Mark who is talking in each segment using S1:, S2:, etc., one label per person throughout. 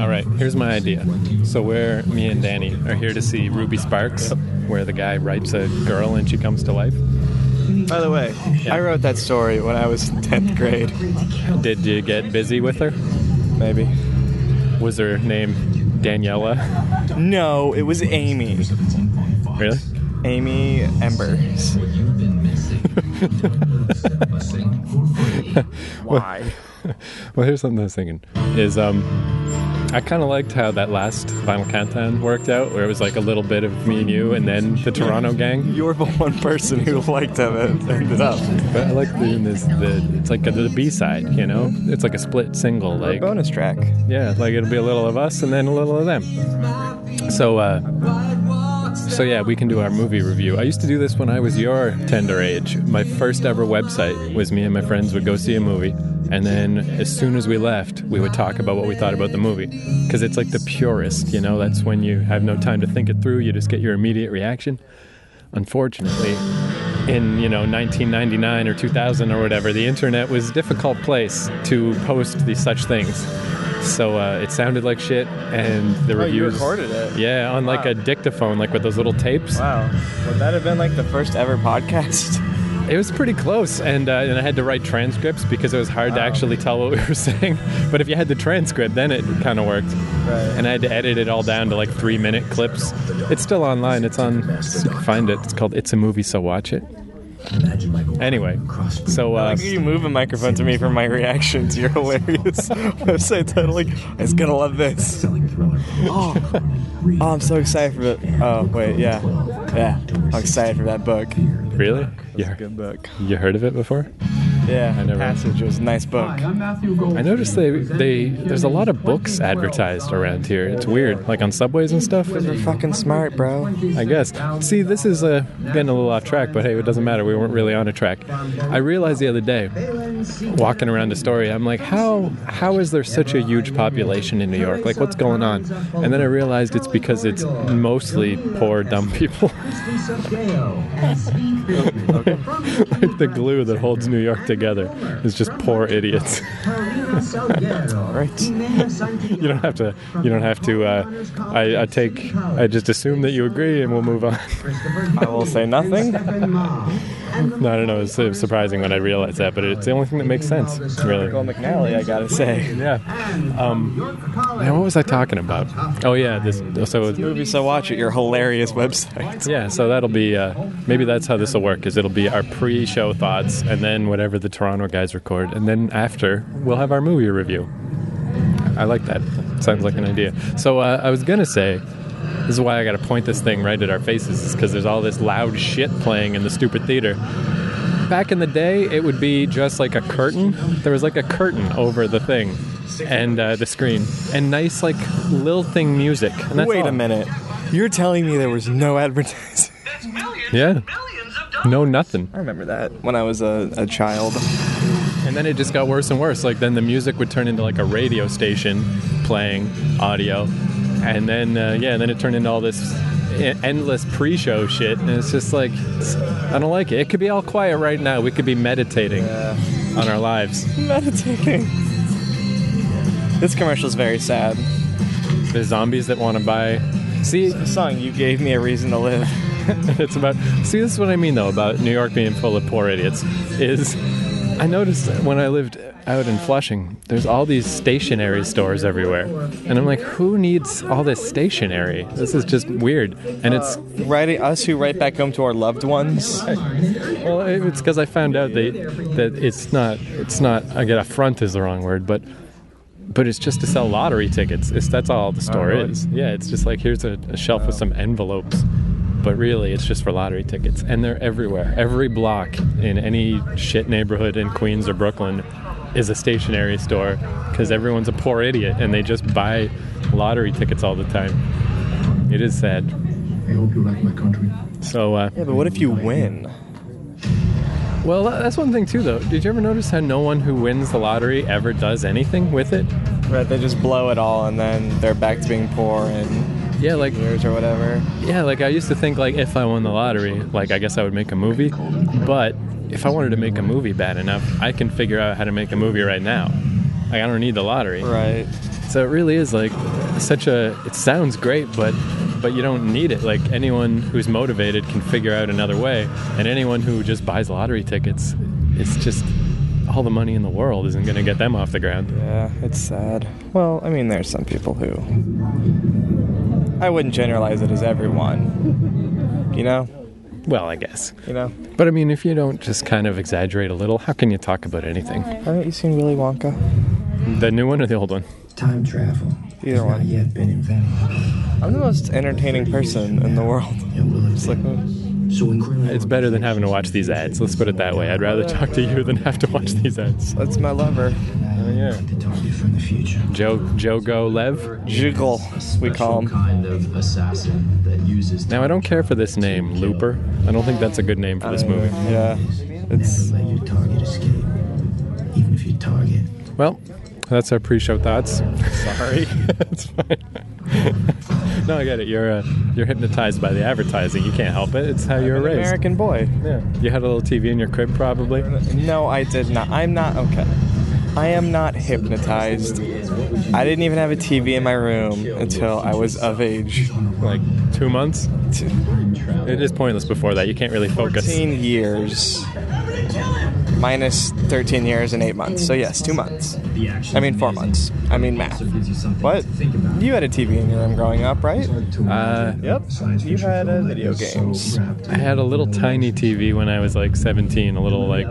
S1: All right, here's my idea. So we're me and Danny are here to see Ruby Sparks, where the guy rapes a girl and she comes to life.
S2: By the way, I wrote that story when I was 10th grade,
S1: Did you get busy with her?
S2: maybe.
S1: Was her name Daniela?
S2: No, it was Amy.
S1: Really?
S2: Amy Embers. Why?
S1: Well, here's something I was thinking: is um, I kind of liked how that last Final Countdown worked out, where it was like a little bit of me and you, and then the Toronto gang.
S2: You're the one person who liked how that ended up.
S1: But I like doing this. The, it's like a, the B side, you know? It's like a split single,
S2: A
S1: like
S2: bonus track.
S1: Yeah, like it'll be a little of us and then a little of them. So, uh, so yeah, we can do our movie review. I used to do this when I was your tender age. My first ever website was me and my friends would go see a movie, and then as soon as we left, we would talk about what we thought about the movie. Because it's like the purest, you know? That's when you have no time to think it through, you just get your immediate reaction. Unfortunately, in you know 1999 or 2000 or whatever, the internet was a difficult place to post these such things. So uh, it sounded like shit, and the
S2: Oh, you
S1: reviews.
S2: recorded it?
S1: Yeah, on like
S2: Wow.
S1: a dictaphone, like with those little tapes.
S2: Wow. Would that have been like the first ever podcast?
S1: It was pretty close, and uh, and I had to write transcripts because it was hard to actually tell what we were saying. But if you had the transcript, then it kind of worked.
S2: Right.
S1: And I had to edit it all down to like three minute clips. It's still online. It's on. You can find it. It's called "It's a Movie, So Watch It." Anyway, so uh,
S2: Like you move a microphone to me for my reaction to your hilarious website title. Like, it's gonna love this. Oh, oh, I'm so excited for it. Oh, wait, yeah, yeah. I'm excited for that book.
S1: really, yeah,
S2: Good book.
S1: you heard of it before?
S2: Yeah,
S1: never-
S2: Passage was a nice book.
S3: Hi, I'm Matthew Gold.
S1: I noticed they they there's a lot of books advertised around here. It's weird, like on subways and stuff.
S2: You're fucking smart, bro.
S1: I guess. See, this is uh, getting a little off track, but hey, it doesn't matter. We weren't really on a track. I realized the other day, walking around Astoria, I'm like, how how is there such a huge population in New York? Like, what's going on? And then I realized it's because it's mostly poor, dumb people. like the glue that holds New York together is just poor idiots.
S2: Right.
S1: You don't have to. You don't have to. Uh, I, I take. I just assume that you agree, and we'll move on.
S2: I will say nothing.
S1: No, I don't know. It's su- surprising when I realized that, but it's the only thing that makes sense,
S2: Michael
S1: really.
S2: McNally, I gotta say.
S1: Yeah. Um, man, what was I talking about? Oh yeah, this. So
S2: Movie, so watch it. Your hilarious website.
S1: yeah, so that'll be. Uh, maybe that's how this will work. Is it'll be our pre-show thoughts, and then whatever the Toronto guys record, and then after we'll have our movie review. I like that. Sounds like an idea. So uh, I was gonna say. This is why I got to point this thing right at our faces, is because there's all this loud shit playing in the stupid theater. Back in the day, it would be just like a curtain. There was like a curtain over the thing and uh, the screen, and nice like lilting music. And that's
S2: Wait
S1: all.
S2: a minute. You're telling me there was no advertising?
S4: That's millions,
S1: Yeah.
S4: millions of dollars.
S1: No, nothing.
S2: I remember that when I was a, a child.
S1: And then it just got worse and worse. Like then the music would turn into like a radio station playing audio, and then uh, yeah, then it turned into all this e- endless pre-show shit. And it's just like it's- I don't like it. It could be all quiet right now. We could be meditating on our lives.
S2: meditating. This commercial is very sad.
S1: The zombies that want to buy. See,
S2: The song "You Gave Me a Reason to Live."
S1: it's about. See, this is what I mean though about New York being full of poor idiots. Is I noticed that when I lived out in Flushing, there's all these stationery stores everywhere, and I'm like, who needs all this stationery? This is just weird, and it's
S2: Writing us who write back home to our loved ones.
S1: well, it- it's because I found out that that it's not it's not. I get affront is the wrong word, but. But it's just to sell lottery tickets. It's, that's all the store
S2: really?
S1: is. Yeah, it's just like here's a, a shelf with some envelopes. But really, it's just for lottery tickets. And they're everywhere. Every block in any shit neighborhood in Queens or Brooklyn is a stationery store because everyone's a poor idiot and they just buy lottery tickets all the time. It is sad.
S3: I hope you like my country.
S1: So, uh,
S2: Yeah, but what if you win?
S1: Well, tha- that's one thing too, though. Did you ever notice how no one who wins the lottery ever does anything with it?
S2: Right, they just blow it all and then they're back to being poor in
S1: Yeah, like
S2: years or whatever.
S1: yeah, like I used to think like if I won the lottery, like I guess I would make a movie. But if I wanted to make a movie bad enough, I can figure out how to make a movie right now. Like I don't need the lottery.
S2: Right.
S1: So it really is like such a. It sounds great, but but you don't need it. Like anyone who's motivated can figure out another way, and anyone who just buys lottery tickets, it's just all the money in the world isn't going to get them off the ground.
S2: Yeah, it's sad. Well, I mean, there's some people who. I wouldn't generalize it as everyone. You know?
S1: Well, I guess.
S2: You know?
S1: But I mean, if you don't just kind of exaggerate a little, how can you talk about anything?
S2: Haven't you seen Willy Wonka?
S1: The new one or the old one?
S4: Time travel
S2: Either
S4: has not
S2: one.
S4: yet been invented.
S2: I'm the most entertaining person in the world.
S4: It will
S2: It's like,
S4: invent. so incredible.
S1: It's better than having to watch these ads. Let's put it that way. I'd rather talk to you than have to watch these ads.
S2: that's my lover.
S1: Oh, yeah.
S4: to target from the future.
S1: Joe Joe Go Lev.
S2: Jiggle, we call him.
S5: kind of assassin that uses
S1: Now I don't care for this name, Looper. I don't think that's a good name for this movie.
S2: Yeah. It's.
S4: Never let your target escape, even if your target
S1: Well, that's our pre-show thoughts. Sorry, it's fine. no, I get it. You're uh, you're hypnotized by the advertising. You can't help it. It's how you're
S2: an
S1: raised.
S2: American boy.
S1: Yeah. You had a little TV in your crib, probably.
S2: No, I did not. I'm not okay. I am not hypnotized. I didn't even have a TV in my room until I was of age.
S1: Like two months. It is pointless before that. You can't really focus.
S2: 14 years minus 13 years and 8 months. So yes, 2 months. I mean 4 months. I mean math. What? You had a TV in your room growing up, right?
S1: Uh,
S2: Yep. You had uh, video games.
S1: I had a little tiny TV when I was like 17. A little like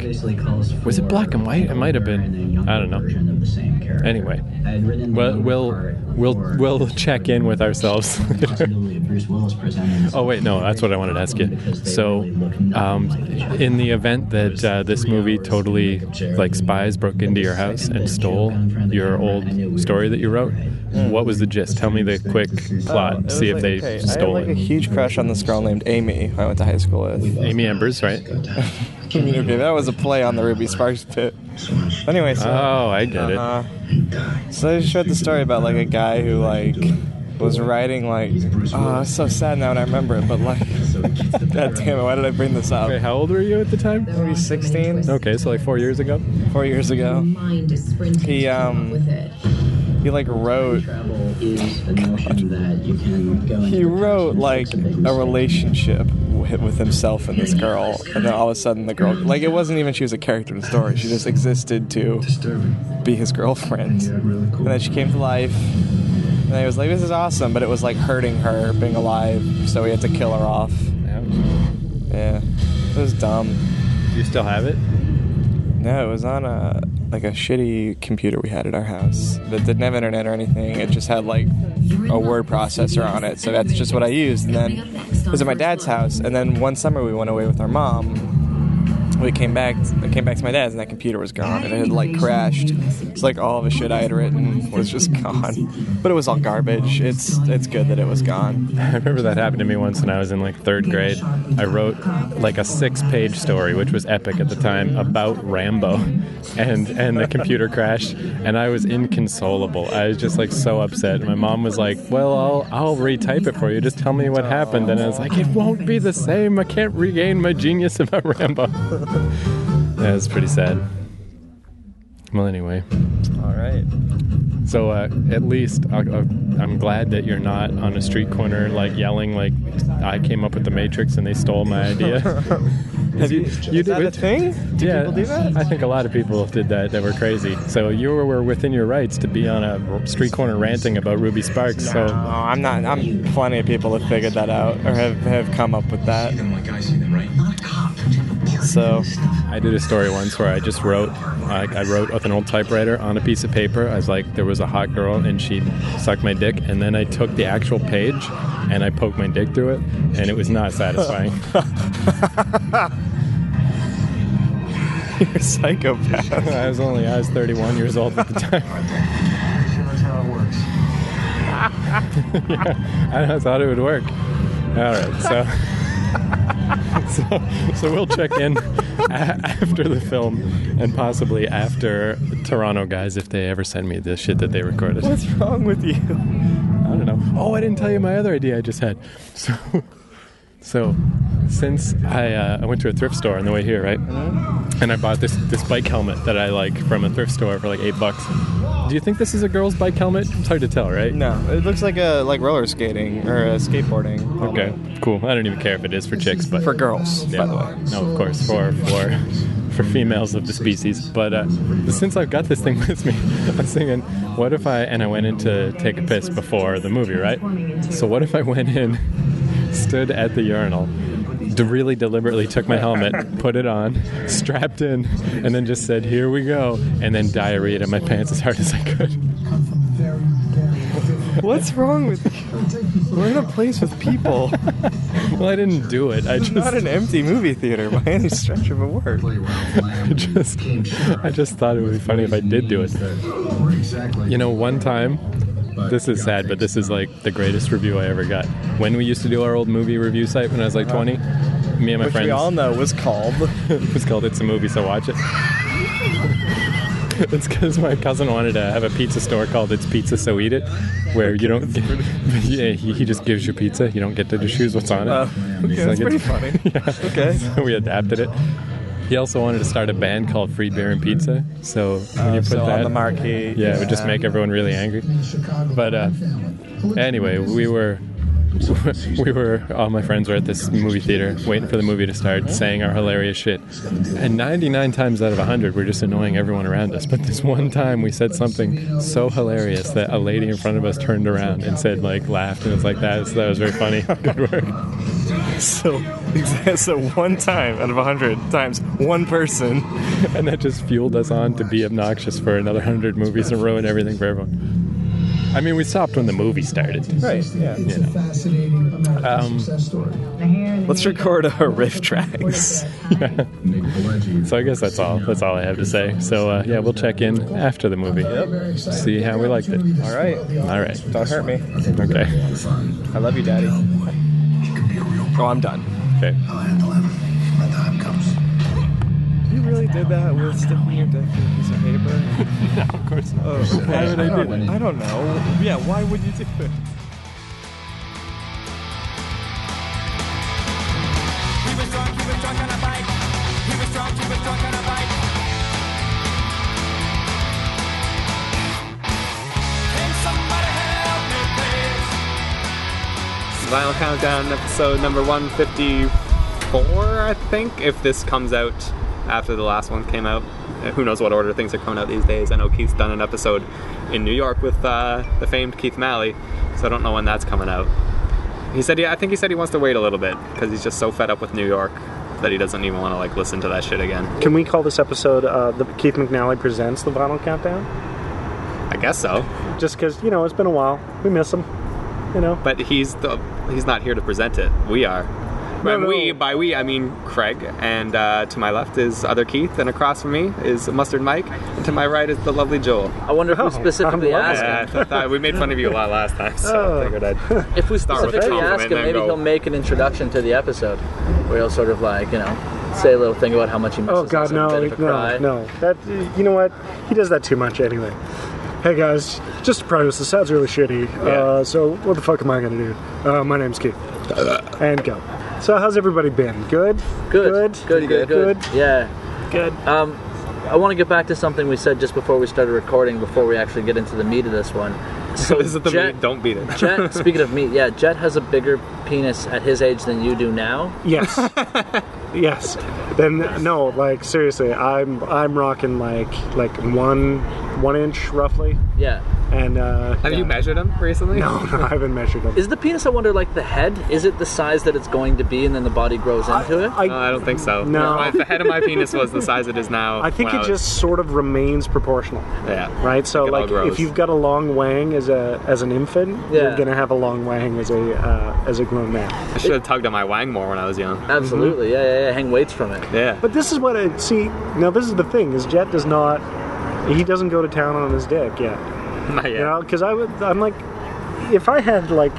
S1: was it black and white? It might have been. I don't know. Anyway, well, we'll we'll we'll check in with ourselves. later. Oh wait, no, that's what I wanted to ask you. So, um, in the event that uh, this movie totally, like spies, broke into your house and stole your old story that you wrote, what was the gist? Tell me the quick
S2: Oh, It
S1: plot.
S2: was
S1: See if
S2: like-
S1: they
S2: okay,
S1: stole
S2: I had like a
S1: it.
S2: huge crush on this girl named Amy who I went to high school with.
S1: Amy Embers, right?
S2: okay, that was a play on the Ruby Sparks pit. Anyway, so
S1: Oh, I get it.
S2: Uh, so I just read the story about like a guy who like was writing like oh it's so sad now and I remember it but like god damn it why did I bring this
S1: Wait,
S2: up
S1: how old were you at the time?
S2: maybe 16
S1: Okay, so like four years ago.
S2: four years ago
S6: Mind is sprinting to
S2: He,
S6: keep up
S2: um,
S6: with it.
S2: he like wrote
S5: travel is the notion that you can go
S2: he wrote like a relationship with with himself and this girl and then all of a sudden the girl like it wasn't even she was a character in the story she just existed to
S4: disturbing.
S2: be his girlfriend
S4: Really cool.
S2: and then she came to life and I was like this is awesome but it was like hurting her being alive so we had to kill her off yeah it was dumb
S1: You still have it?
S2: No, it was on a like a shitty computer we had at our house that didn't have internet or anything. It just had like a word processor on it, so that's just what I used. And then it was at my dad's house. And then one summer we went away with our mom. We came back. I came back to my dad's, and that computer was gone. It had like crashed. It's like all the shit I had written was just gone. But it was all garbage. It's it's good that it was gone.
S1: I remember that happened to me once when I was in like third grade. I wrote like a six-page story, which was epic at the time, about Rambo, and and the computer crashed, and I was inconsolable. I was just like so upset. My mom was like, "Well, I'll I'll retype it for you. Just tell me what happened." And I was like, "It won't be the same. I can't regain my genius about Rambo." yeah, it's pretty sad. Well, anyway.
S2: All right.
S1: So uh, at least I, I, I'm glad that you're not on a street corner like yelling like I came up with the Matrix and they stole my idea.
S2: Have you?
S1: you
S2: is that
S1: do-
S2: a thing? Do
S1: yeah,
S2: people do that?
S1: I think a lot of people did that that were crazy. So you were within your rights to be on a street corner ranting about Ruby Sparks.
S2: No,
S1: So
S2: Uh, I'm not. I'm plenty of people have figured that out or have, have come up with that. So,
S1: I did a story once where I just wrote I, I wrote with an old typewriter on a piece of paper. I was like, there was a hot girl and she sucked my dick, and then I took the actual page and I poked my dick through it, and it was not satisfying.
S2: you're a psychopath.
S1: I was only I was 31 years old at the time. yeah, I thought it would work. All right, so so, so we'll check in a- after the film and possibly after Toronto guys if they ever send me the shit that they recorded.
S2: What's wrong with you?
S1: I don't know. Oh, I didn't tell you my other idea I just had. So, so since I uh, I went to a thrift store on the way here, right? And I bought this this bike helmet that I like from a thrift store for like eight bucks. Do you think this is a girl's bike helmet? It's hard to tell, right?
S2: No, it looks like a like roller skating or a skateboarding.
S1: Okay, cool. I don't even care if it is for chicks, but
S2: For girls,
S1: Yeah.
S2: by the way.
S1: No, of course, for for for females of the species. But uh, since I've got this thing with me, I'm singing. What if I and I went in to take a piss before the movie, right? So what if I went in, stood at the urinal. d- Really deliberately took my helmet, put it on, strapped in, and then just said, "Here we go," and then diarrheaed in my pants as hard as I could.
S2: What's wrong with? We're in a place with people,
S1: Well, I didn't do it. I just,
S2: not an empty movie theater by any stretch of a word.
S1: I just, I just thought it would be funny if I did do it.
S3: Exactly.
S1: You know, one time, this is sad, but this is like the greatest review I ever got. When we used to do our old movie review site when I was like 20, me and my
S2: Which
S1: friends,
S2: we all know was called.
S1: it was called It's a Movie, so watch it. It's because my cousin wanted to have a pizza store called It's Pizza, so eat it, where you don't. Get, yeah, he, he just gives you pizza. You don't get to choose what's on it.
S2: Uh, okay,
S1: It's like
S2: that's pretty
S1: it's-
S2: funny.
S1: Yeah.
S2: Okay.
S1: So we adapted it. He also wanted to start a band called Free Beer and Pizza. So when you put
S2: Uh, so
S1: that
S2: on the marquee.
S1: yeah, it would just make everyone really angry. But uh, anyway, we were we were all my friends were at this movie theater waiting for the movie to start, saying our hilarious shit. And 99 times out of 100, we're just annoying everyone around us. But this one time, we said something so hilarious that a lady in front of us turned around and said like laughed and it's like that. So that was very funny. Good work.
S2: So, so one time out of a hundred times, one person.
S1: And that just fueled us on to be obnoxious for another 100 movies and ruin everything for everyone. I mean, we stopped when the movie started.
S2: Right. Yeah.
S3: It's a fascinating American
S1: Um,
S3: success story.
S2: Let's record our riff tracks.
S1: So I guess that's all. That's all I have to say. So uh, yeah, we'll check in after the movie. See how we liked it.
S2: All right.
S1: All right.
S2: Don't hurt me.
S1: Okay.
S2: I love you, Daddy. Oh, I'm done.
S1: Okay.
S4: I'll handle everything when the time comes.
S2: You really did that with sticking your dick in a piece of paper?
S1: Of course.
S2: Oh,
S1: Why would I do that?
S2: I don't know. Yeah, why would you do it?
S6: He was drunk, he was drunk on a bike. He was drunk, he was drunk on a bike. Can somebody help me, please?
S7: Vinyl Countdown episode number 154, I think, if this comes out after the last one came out. Uh, Who knows what order things are coming out these days. I know Keith's done an episode in New York with uh, the famed Keith Malley, so I don't know when that's coming out. He said, yeah, I think he said he wants to wait a little bit because he's just so fed up with New York that he doesn't even want to like listen to that shit again.
S8: Can we call this episode uh, the Keith McNally presents the Vinyl Countdown?
S7: I guess so,
S8: Just because you know it's been a while, we miss him. You know,
S7: but he's the, he's not here to present it. We are. By
S8: No, no.
S7: we, by we, I mean Craig. And uh, to my left is other Keith, and across from me is Mustard Mike, and to my right is the lovely Joel.
S9: I wonder
S2: Oh,
S9: who specifically
S8: I'm
S9: asked
S7: Yeah,
S9: him.
S7: I thought- we made fun of you a lot last time, so I figured I'd.
S9: If we
S7: Start with a
S9: specifically
S7: compliment
S9: ask him,
S7: and
S9: maybe
S7: go-
S9: he'll make an introduction to the episode where he'll sort of like, you know, say a little thing about how much he misses.
S8: oh God,
S9: us, a
S8: no,
S9: bit of a cry.
S8: no, no. That you know what? He does that too much anyway. Hey guys, just to preface, this sounds really shitty. Uh, so what the fuck am I gonna do? Uh, my name's Keith. and go. So how's everybody been? Good.
S9: Good,
S8: Good.
S9: good, good, good, Yeah.
S8: Good.
S9: Um, I want to get back to something we said just before we started recording, before we actually get into the meat of this one. So
S7: This is the
S9: Jet,
S7: meat, don't beat it.
S9: Jet, speaking of meat, yeah, Jet has a bigger penis at his age than you do now.
S8: Yes. yes. Then no, like seriously, I'm I'm rocking like like one one inch roughly,
S9: Yeah.
S8: and uh,
S7: Have you
S8: yeah.
S7: measured him recently?
S8: No, no, I haven't measured them.
S9: Is the penis, I wonder, like the head? Is it the size that it's going to be and then the body grows into it?
S7: No, I don't think so.
S8: No.
S7: My- the head of my penis was the size it is now.
S8: I think
S7: when
S8: it
S7: was-
S8: just sort of remains proportional,
S7: Yeah.
S8: right? So
S7: It all
S8: like,
S7: grows.
S8: if you've got a long wang as a as an infant,
S9: Yeah.
S8: you're gonna have a long wang as a uh, as a grown man.
S7: I should have tugged on my wang more when I was young.
S9: Absolutely, yeah, yeah, yeah. Hang weights from it.
S7: Mm-hmm. Yeah.
S8: But this is what I see. Now this is the thing: is Jet does not he doesn't go to town on his dick yet.
S7: Not yet.
S8: You know, because I would, I'm like, if I had like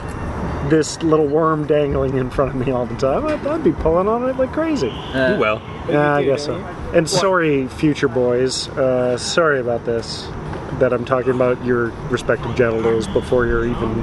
S8: this little worm dangling in front of me all the time, I'd, I'd be pulling on it like crazy.
S7: You will.
S8: Yeah, I guess so. And sorry, future boys, uh, sorry about this. That I'm talking about your respective genitals before you're even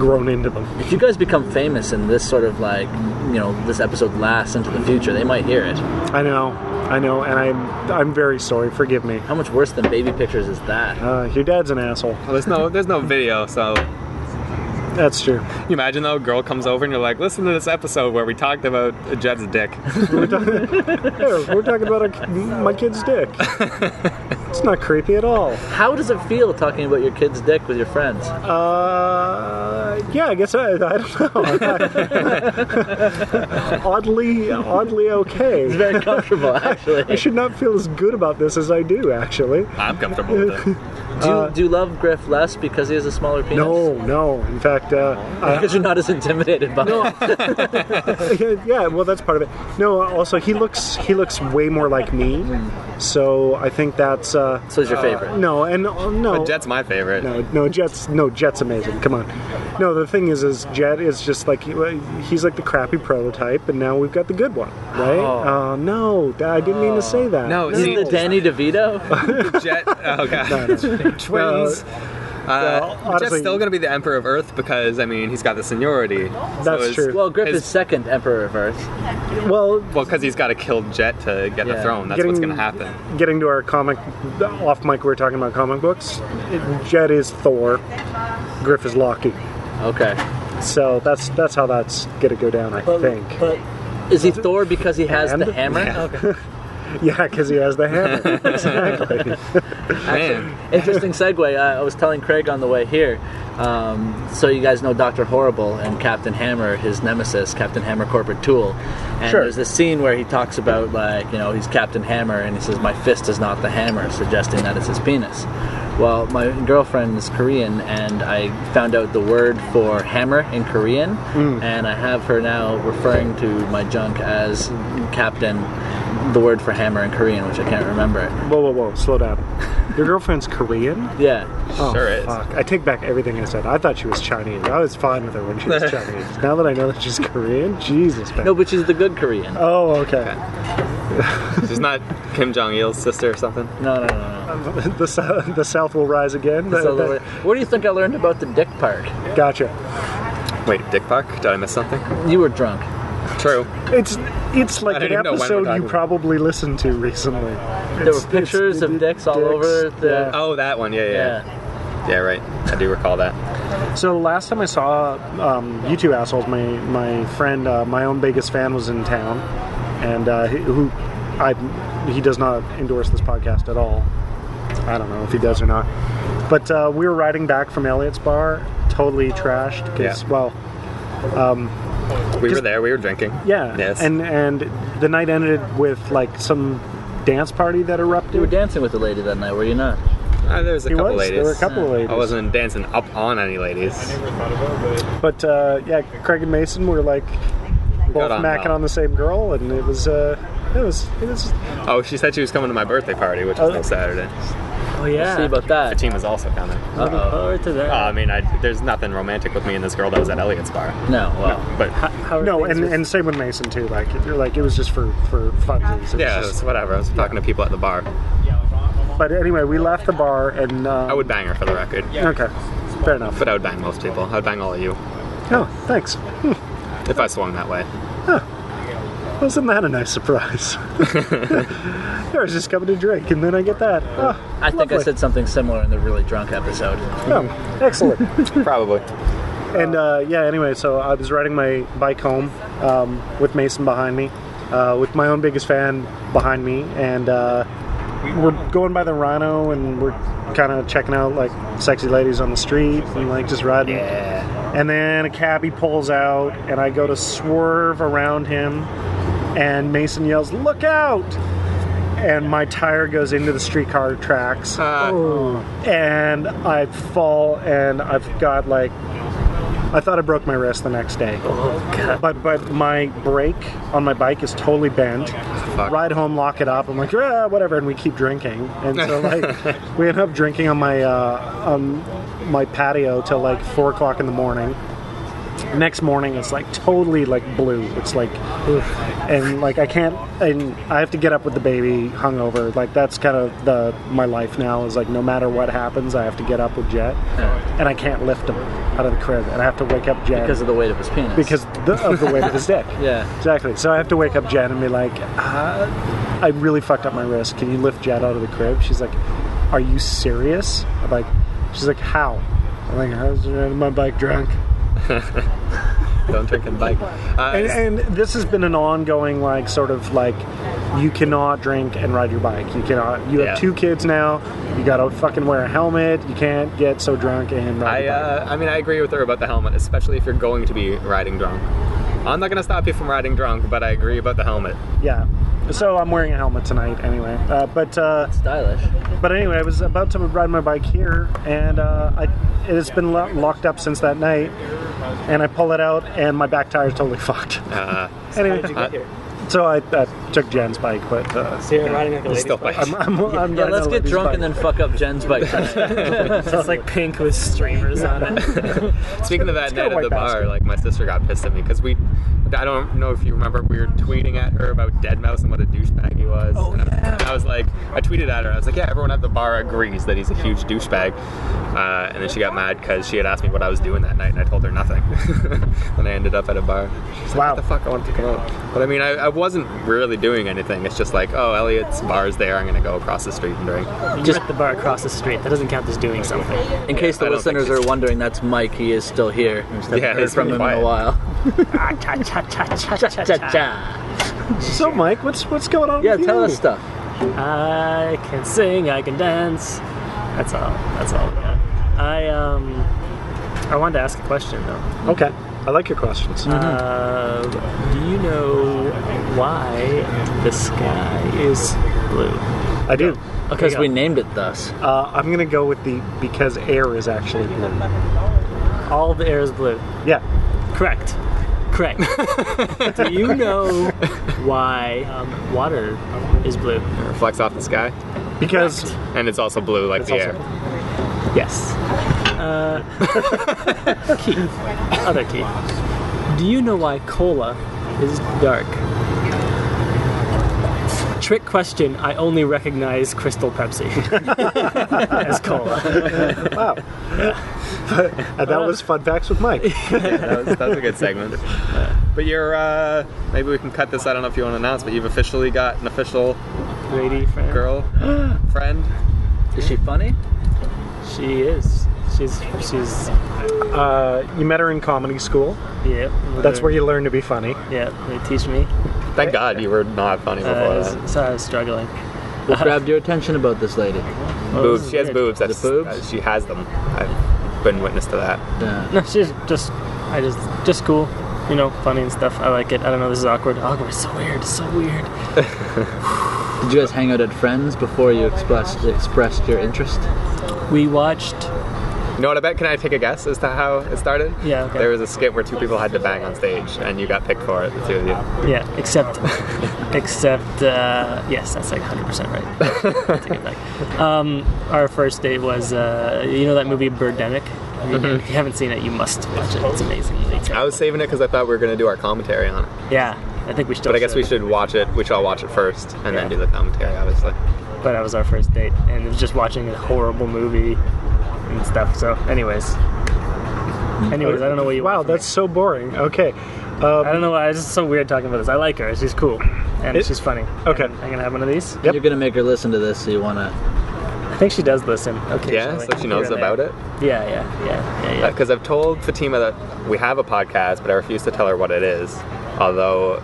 S8: grown into them.
S9: If you guys become famous and this sort of like, you know, this episode lasts into the future, they might hear it.
S8: I know. I know, and I'm I'm very sorry. Forgive me.
S9: How much worse than baby pictures is that?
S8: Uh, your dad's an asshole.
S7: Well, there's no there's no video, so can
S8: That's true.
S7: you imagine though, a girl comes over and you're like, listen to this episode where we talked about Jed's dick.
S8: Here, we're talking about a, my kid's dick. it's not creepy at all.
S9: How does it feel talking about your kid's dick with your friends?
S8: Uh, yeah, I guess I, I don't know. oddly, oddly
S9: It's
S8: okay.
S9: very comfortable, actually.
S8: I should not feel as good about this as I do, actually.
S7: I'm comfortable with it.
S9: Do, you- do you love Griff less because he has a smaller penis?
S8: Uh, No, no. In fact, uh, I,
S9: Because you're not as intimidated by no.
S8: yeah. Well, that's part of it. No. Also, he looks he looks way more like me. So I think that's uh,
S9: So it's your favorite.
S8: no, and uh, no.
S7: But Jed's my favorite.
S8: No, no, Jet's no Jet's amazing. Come on, no. The thing is, is Jet is just like he's like the crappy prototype, and now we've got the good one, right?
S9: Oh.
S8: Uh, no, I didn't mean to say that.
S7: No,
S9: Isn't
S7: see,
S9: it Danny DeVito?
S7: Jet. Oh god, twins. Uh,
S8: well,
S7: Jet's
S8: honestly-
S7: still gonna be the Emperor of Earth because I mean he's got the seniority.
S8: That's
S7: it's-
S8: true.
S9: well, Griff
S7: His-
S9: is second Emperor of Earth.
S8: well,
S7: Well, because he's got to kill Jet to get
S9: Yeah.
S7: the throne. That's what's
S8: Getting-
S7: gonna happen.
S8: getting to our comic off mic, we are talking about comic books. It- Jet is Thor, Griff is Loki.
S9: Okay.
S8: So that's that's how that's gonna go down, I think.
S9: Is he Thor because he has the
S8: And?
S9: hammer? Okay.
S8: Yeah, because he has the hammer. exactly.
S7: Man,
S9: Interesting segue. I, I was telling Craig on the way here. Um, so you guys know Doctor Horrible and Captain Hammer, his nemesis, Captain Hammer, corporate tool. And
S8: Sure.
S9: there's this scene where he talks about like you know he's Captain Hammer and he says my fist is not the hammer, suggesting that it's his penis. Well, my girlfriend is Korean and I found out the word for hammer in Korean, and I have her now referring to my junk as Captain. The word for hammer in Korean, which I can't remember.
S8: Whoa, whoa, whoa! Slow down. Your girlfriend's Korean?
S9: Yeah.
S8: Oh,
S7: Sure is.
S8: Fuck. I take back everything I said. I thought she was Chinese. I was fine with her when she was Chinese. Now that I know that she's Korean, Jesus. Man.
S9: No, but she's the good Korean. No,
S8: Oh, okay.
S7: she's not Kim Jong Il's sister or something.
S9: no, no, no.
S8: the, sou- the South will rise again.
S9: So
S8: That-
S9: the- what do you think I learned about the dick part?
S8: that- gotcha.
S7: Wait, Dick Buck? Did I miss something?
S9: You were drunk.
S7: True.
S8: It's it's like
S7: I
S8: an
S7: didn't know when we're
S8: episode
S7: talking
S8: you
S7: about.
S8: probably listened to recently.
S9: There were pictures of dicks all over the.
S7: Oh, that one. Yeah, yeah,
S9: Yeah.
S7: yeah. right. I do recall that.
S8: Um, So last time I saw um, you two assholes, my my friend, uh, my own biggest fan was in town, and uh, he- who I he does not endorse this podcast at all. I don't know if he does or not. But uh, we were riding back from Elliot's bar, totally trashed. 'cause,
S7: Yeah.
S8: Well,
S7: We were there. We were drinking.
S8: yeah.
S7: Yes.
S8: And and the night ended with like some dance party that
S9: You were
S8: erupted.
S9: dancing with a lady that night, were you not?
S7: uh, there was a
S8: He
S7: couple
S8: was.
S7: ladies.
S8: There were a couple of ladies.
S7: I wasn't dancing up on any ladies.
S8: But uh, yeah, Craig and Mason were like both
S7: Got on
S8: macking
S7: well.
S8: on the same girl, and it was uh, it was it was
S7: Oh, she said she was coming to my birthday party, which was
S8: Oh.
S7: on Saturday.
S8: oh
S9: See about that.
S7: Fatima was also coming.
S9: Looking forward to
S7: Uh,
S9: that.
S7: I mean, I, there's nothing romantic with me and this girl that was at Elliot's bar.
S9: No, well.
S7: But
S8: No, and, and same with Mason too. Like, it- like it was just for for funsies. It was
S7: yeah, it
S8: just-
S7: was whatever. I was talking to people at the bar.
S8: but anyway, we left the bar and. Uh,
S7: I would bang her for the record,
S8: Okay, fair enough.
S7: but I would bang most people. I'd bang all of you
S8: Oh, thanks. Hmm,
S7: if I swung that way.
S8: Wasn't that a nice surprise? I was just coming to drink, and then I get that. Oh,
S9: I think I
S8: lovely.
S9: said something similar in the really drunk episode.
S8: Oh, excellent.
S7: Probably.
S8: and uh, yeah, anyway, so I was riding my bike home um, with Mason behind me, uh, with my own biggest fan behind me, and uh, we're going by the Rhino, and we're kind of checking out like sexy ladies on the street, and like just riding.
S7: Yeah.
S8: And then a cabbie pulls out, and I go to swerve around him, and Mason yells, "Look out!" And my tire goes into the streetcar tracks,
S7: Uh,
S8: and I fall, and I've got like, I thought I broke my wrist the next day.
S7: Oh,
S8: But but my brake on my bike is totally bent. Ride home, lock it up. I'm like, yeah, whatever, and we keep drinking, and so like, we end up drinking on my uh, on my patio till like four o'clock in the morning next morning it's like totally like blue. It's like, ugh. and like I can't, and I have to get up with the baby hungover. Like that's kind of the my life now is like no matter what happens, I have to get up with Jet, and I can't lift him out of the crib, and I have to wake up Jet
S9: because of the weight of his penis.
S8: because the, of the weight of his dick.
S9: Yeah.
S8: exactly. So I have to wake up Jen and be like, uh, I really fucked up my wrist. Can you lift Jet out of the crib? She's like, Are you serious? I'm like, she's like, How? I'm like, I was riding my bike drunk.
S7: Don't drink and bike. Uh,
S8: And, and this has been an ongoing, like, sort of like, you cannot drink and ride your bike. You cannot. You have
S7: Yeah.
S8: two kids now. You gotta fucking wear a helmet. You can't get so drunk and ride.
S7: I,
S8: your bike.
S7: uh, I mean, I agree with her about the helmet, especially if you're going to be riding drunk. I'm not going to stop you from riding drunk, but I agree about the helmet.
S8: yeah. So I'm wearing a helmet tonight, anyway. Uh, but uh,
S9: stylish.
S8: But anyway, I was about to ride my bike here, and uh, I, it has been lo- locked up since that night. And I pull it out, and my back tire's totally fucked.
S7: Uh,
S8: anyway,
S7: uh,
S8: so I, I took Jen's bike, but uh,
S10: So you're riding like a
S7: it's
S10: lady.
S7: still bike.
S8: I'm, I'm, I'm
S9: Yeah,
S8: riding
S9: let's
S8: a
S9: get
S8: lady's
S9: drunk
S8: bike.
S9: and then fuck up Jen's bike. tonight.
S10: It's like pink with streamers on it.
S7: Speaking of
S8: It's
S7: that
S8: got a
S7: night at
S8: white
S7: the bar,
S8: basket.
S7: like my sister got pissed at me because we, I don't know if you remember, we were tweeting at her about Dead Mouse and what a douchebag he was. Oh, and, I, and I was like, I tweeted at her, I was like, yeah, everyone at the bar agrees that he's a huge douchebag. Uh, and then she got mad because she had asked me what I was doing that night, and I told her nothing. and I ended up at a bar. She's like,
S8: Wow.
S7: what the fuck, I wanted to come out. But I mean, I, I wasn't really doing anything. It's just like, oh, Elliot's bar's there, I'm gonna go across the street and drink.
S10: Just at the bar across the street. That doesn't count as doing something.
S9: In case
S7: I
S9: the
S7: don't think
S9: listeners
S7: so.
S9: are wondering, that's Mike. He is still here. We just haven't
S7: Yeah,
S9: heard
S7: he's
S9: from
S7: been
S9: him in
S7: quiet.
S9: a while.
S10: Ah, cha cha cha cha cha cha
S9: Cha
S10: cha.
S9: cha.
S8: So, Mike, what's what's going on?
S9: Yeah,
S8: with
S9: tell
S8: you?
S9: us stuff.
S10: I can sing. I can dance. That's all. That's all. we got. I um, I wanted to ask a question though.
S8: Okay, I like your questions.
S10: Uh, do you know why the sky is blue?
S8: I do.
S10: Okay,
S9: Because
S10: go.
S9: we named it thus.
S8: Uh, I'm gonna go with the because air is actually blue.
S10: all the air is blue.
S8: Yeah.
S10: Correct. Correct. do you know why um, water is blue?
S7: It reflects off the sky,
S8: Because
S7: and it's also blue like
S8: It's
S7: the
S8: also
S7: air.
S10: Yes. Uh, Keith, other Keith, do you know why cola is dark? Trick question. I only recognize Crystal Pepsi as cola.
S8: wow. and that was fun facts with Mike.
S7: that, was, that was a good segment. But you're, uh, maybe we can cut this. I don't know if you want to announce, but you've officially got an official
S10: Lady friend.
S7: girl friend.
S9: Is she funny?
S10: She is. She's. She's.
S8: Uh, you met her in comedy school.
S10: Yeah.
S8: That's where you learn to be funny.
S10: Yeah. They teach me.
S7: Thank God you were not funny
S10: Uh,
S7: before
S10: I
S7: that.
S10: was, so I was struggling.
S9: What grabbed your attention about this lady?
S10: Well,
S7: Boobs.
S10: this is
S7: She has
S10: weird.
S7: boobs. That's,
S9: The boobs?
S7: uh, she has them. I've been witness to that.
S9: Yeah.
S10: No, she's just. I just. Just cool. You know, funny and stuff. I like it. I don't know. This is awkward. Awkward. It's so weird. It's so weird.
S9: Did you guys hang out at Friends before you expressed expressed your interest?
S10: We watched.
S7: You know what I bet? Can I take a guess as to how it started?
S10: Yeah, okay.
S7: There was a skit where two people had to bang on stage, and you got picked for it, the two of you.
S10: Yeah. Except. except. Uh, yes, that's like 100 percent right. Take it back. Um, our first date was. Uh, you know that movie Birdemic. If you haven't seen it, you must watch it. It's amazing. It's
S7: Mm-hmm. I was saving it because I thought we were going to do our commentary on it.
S10: Yeah, I think we still.
S7: But I guess we should watch it. We should all watch it first, and then do the commentary, obviously.
S10: But that was our first date, and it was just watching a horrible movie and stuff. So, anyways, anyways, I don't know what you.
S8: Wow,
S10: want from
S8: that's so boring. Okay.
S10: me. I
S8: Um,
S10: don't know why. It's just so weird talking about this. I like her. She's cool, and
S8: It-
S10: she's funny.
S8: okay.
S10: And I'm gonna have one of these.
S8: Yep.
S9: You're gonna make her listen to this, so you wanna.
S10: I think she does listen. Okay.
S7: Yeah, so she knows about it.
S10: Yeah, yeah, yeah, yeah, yeah.
S7: Because I've told Fatima that we have a podcast, but I refuse to tell her what it is. Although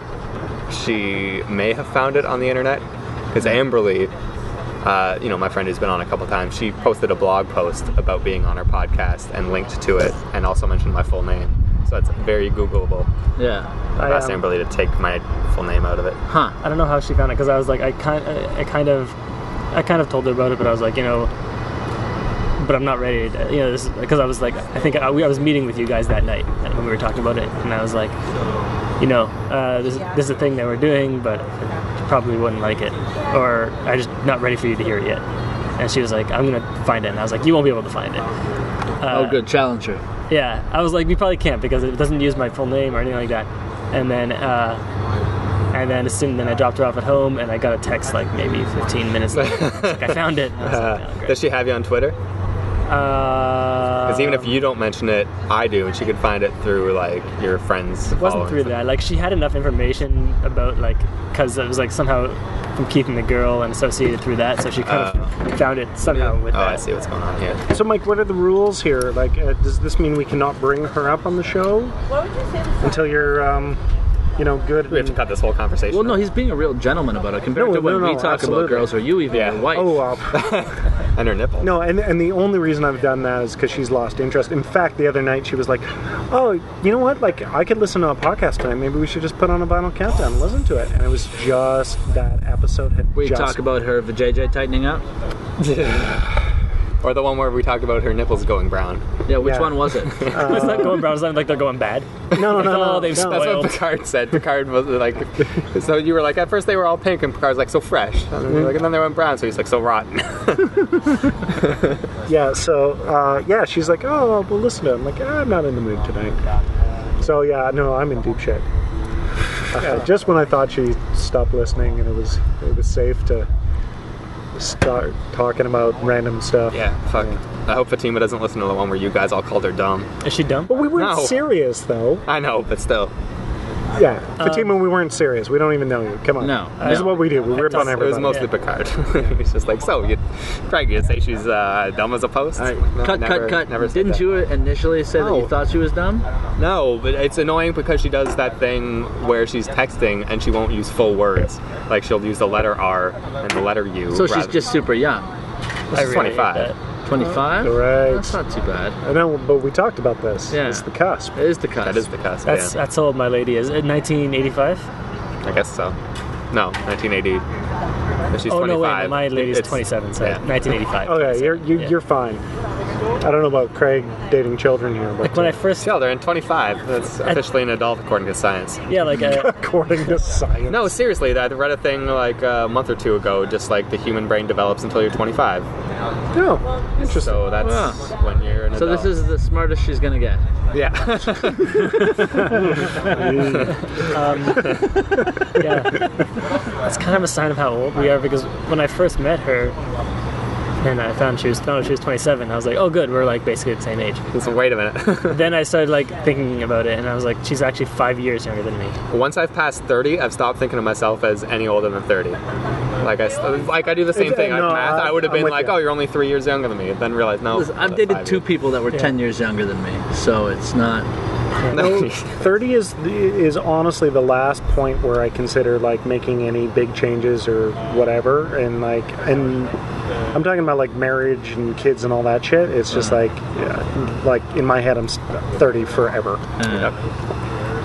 S7: she may have found it on the internet. Because
S10: Mm-hmm.
S7: Amberly, uh, you know, my friend who's been on a couple times, she posted a blog post about being on our podcast and linked to it and also mentioned my full name. So it's very Googleable.
S9: Yeah.
S7: I
S10: I,
S7: asked
S10: um,
S7: Amberly to take my full name out of it.
S9: Huh.
S10: I don't know how she found it because I was like, I kind, I, I kind of, I kind of told her about it, but I was like, you know, but I'm not ready. To, you know, this because I was like, I think I, we- I was meeting with you guys that night and when we were talking about it, and I was like, you know, uh, this, this is a thing that we're doing, but you probably wouldn't like it, or I just not ready for you to hear it Uh, yet. And she was like, I'm gonna find it, and I was like, you won't be able to find it.
S9: oh, good. Challenge her.
S10: Yeah, I was like, we probably can't because it doesn't use my full name or anything like that. And then, uh, and then as soon then I dropped her off at home, and I got a text like maybe 15 minutes later. It's like, I found it. I was like, "Oh, Uh,
S7: Uh, does she have you on Twitter? Because
S10: Because
S7: even if you don't mention it, I do, and she could find it through like your friends.
S10: it wasn't through that, like she had enough information about like because it was like somehow from Keith and the girl and associated through that, so she kind of found it somehow with
S7: Uh, Oh,
S10: that.
S7: I see what's going on here.
S8: So, Mike, what are the rules here? Like, uh, does this mean we cannot bring her up on the show
S11: What would you say?
S8: until you're, um, you know, good? We have
S7: to cut this whole conversation.
S9: Well, no, he's being a real gentleman about it compared
S8: No,
S9: to when
S8: no, no,
S9: we talk
S8: absolutely.
S9: about girls or you even your wife.
S8: Oh, wow.
S7: And her nipple.
S8: no, and, and the only reason I've done that is because she's lost interest. In fact, the other night she was like, "Oh, you know what? Like, I could listen to a podcast tonight. Maybe we should just put on a vinyl countdown and listen to it." And it was just that episode had
S9: we
S8: just
S9: talk about her vajayjay tightening up.
S7: Or the one where we talked about her nipples going brown.
S9: Yeah, which
S8: Yeah.
S9: one was it?
S10: it's not going brown. It's not like they're going bad.
S8: no, no, no,
S10: oh,
S8: no,
S10: they've
S8: no.
S7: That's
S10: spoiled.
S7: what Picard said. Picard was like, so you were like, at first they were all pink, and Picard's like, so fresh. And, you're like, and then they went brown, so he's like, so rotten.
S8: Yeah, so uh, yeah, she's like, oh, well, listen to it. I'm like, "Ah, I'm not in the mood tonight. So yeah, no, I'm in deep shit. Uh, just when I thought she stopped listening and it was it was safe to start talking about random stuff.
S7: yeah, fuck. I hope Fatima doesn't listen to the one where you guys all called her dumb.
S10: Is she dumb?
S8: But we weren't
S7: No.
S8: serious though.
S7: I know, but still.
S8: Yeah, Fatima, we weren't serious. We don't even know you. Come on.
S9: Um, No,
S8: This is
S9: no.
S8: what we do. We rip on
S10: doesn't-
S7: It was
S8: everybody.
S7: mostly Picard. he's just like, so you probably gonna say she's uh, dumb as a post.
S9: All right,
S7: No,
S9: cut,
S7: never-
S9: cut, cut,
S7: Never said
S9: Didn't
S7: that.
S9: you initially say that
S7: No.
S9: you thought she was dumb?
S7: Oh. No, but it's annoying because she does that thing where she's texting and she won't use full words. Like she'll use the letter R and the letter U.
S9: So she's
S7: rather-
S9: just super young.
S10: I
S7: she's
S10: really hate
S7: 25.
S10: that.
S9: 25?
S8: Right.
S9: That's not too bad.
S8: I know, but we talked about this.
S9: Yeah.
S8: It's the cusp.
S9: It is the cut.
S7: That is the cusp.
S10: That's
S7: yeah.
S10: that's how old my lady is. Uh, 1985.
S7: I guess so. No, 1980. And she's
S10: oh
S7: 25.
S10: no, wait, my lady's
S7: It's-
S10: 27. So
S7: yeah.
S10: 1985.
S8: Okay, you're you,
S10: Yeah.
S8: you're fine. I don't know about Craig dating children here, but uh,
S10: When I first,
S7: Yeah, they're in 25. That's officially an adult according to science.
S10: yeah, like uh,
S8: according to science.
S7: No, seriously, I read a thing like a month or two ago. Just like the human brain develops until you're 25.
S8: No. Interesting.
S7: So that's
S9: Wow.
S7: when you're an
S9: So
S7: adult.
S9: this is the smartest she's gonna get.
S7: yeah.
S10: yeah. It's kind of a sign of how old we are because when I first met her and I found she was found out she was 27, I was like, oh, good, we're like basically the same age.
S7: so wait a minute.
S10: then I started like thinking about it and I was like, she's actually five years younger than me.
S7: Once I've passed 30, I've stopped thinking of myself as any older than 30. Like I, st- like I do the same
S8: It's-
S7: thing.
S8: no,
S7: I math,
S8: I-
S7: I would have
S8: I'm
S7: been
S8: with
S7: like,
S8: you.
S7: oh, you're only three years younger than me. And then realized, no.
S9: Listen, I've
S7: that's
S9: dated
S7: five
S9: two
S7: years.
S9: people that were 10 Oh, years younger than me, so it's not.
S7: No.
S8: Thirty is is honestly the last point where I consider like making any big changes or whatever, and like and I'm talking about like marriage and kids and all that shit. It's just like
S10: Mm-hmm.
S8: yeah, like in my head I'm s- thirty forever.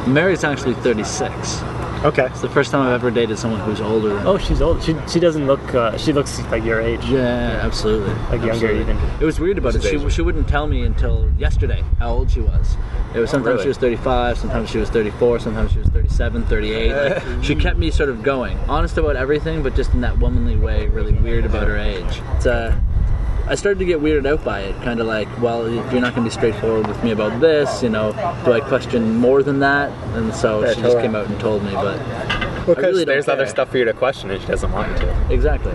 S9: Mary's actually 36.
S8: Okay.
S9: It's the first time I've ever dated someone who's older than
S10: Oh, she's old. She, she doesn't look, uh, she looks like your age.
S9: Yeah, absolutely.
S10: Like younger
S9: Absolutely.
S10: even.
S9: It was weird about it.
S7: Which is
S9: She,
S7: Asian.
S9: she wouldn't tell me until yesterday how old she was. It was sometimes
S7: Oh, really?
S9: she was 35, sometimes she was 34, sometimes she was 37, 38. Like, she kept me sort of going, honest about everything, but just in that womanly way, really weird about her age. It's uh, I started to get weirded out by it, kind of like, well, if you're not going to be straightforward with me about this, you know, do I question more than that? And so she just came out and told me, but I really don't
S7: There's other
S9: care.
S7: stuff for you to question, and she doesn't want you to.
S9: Exactly,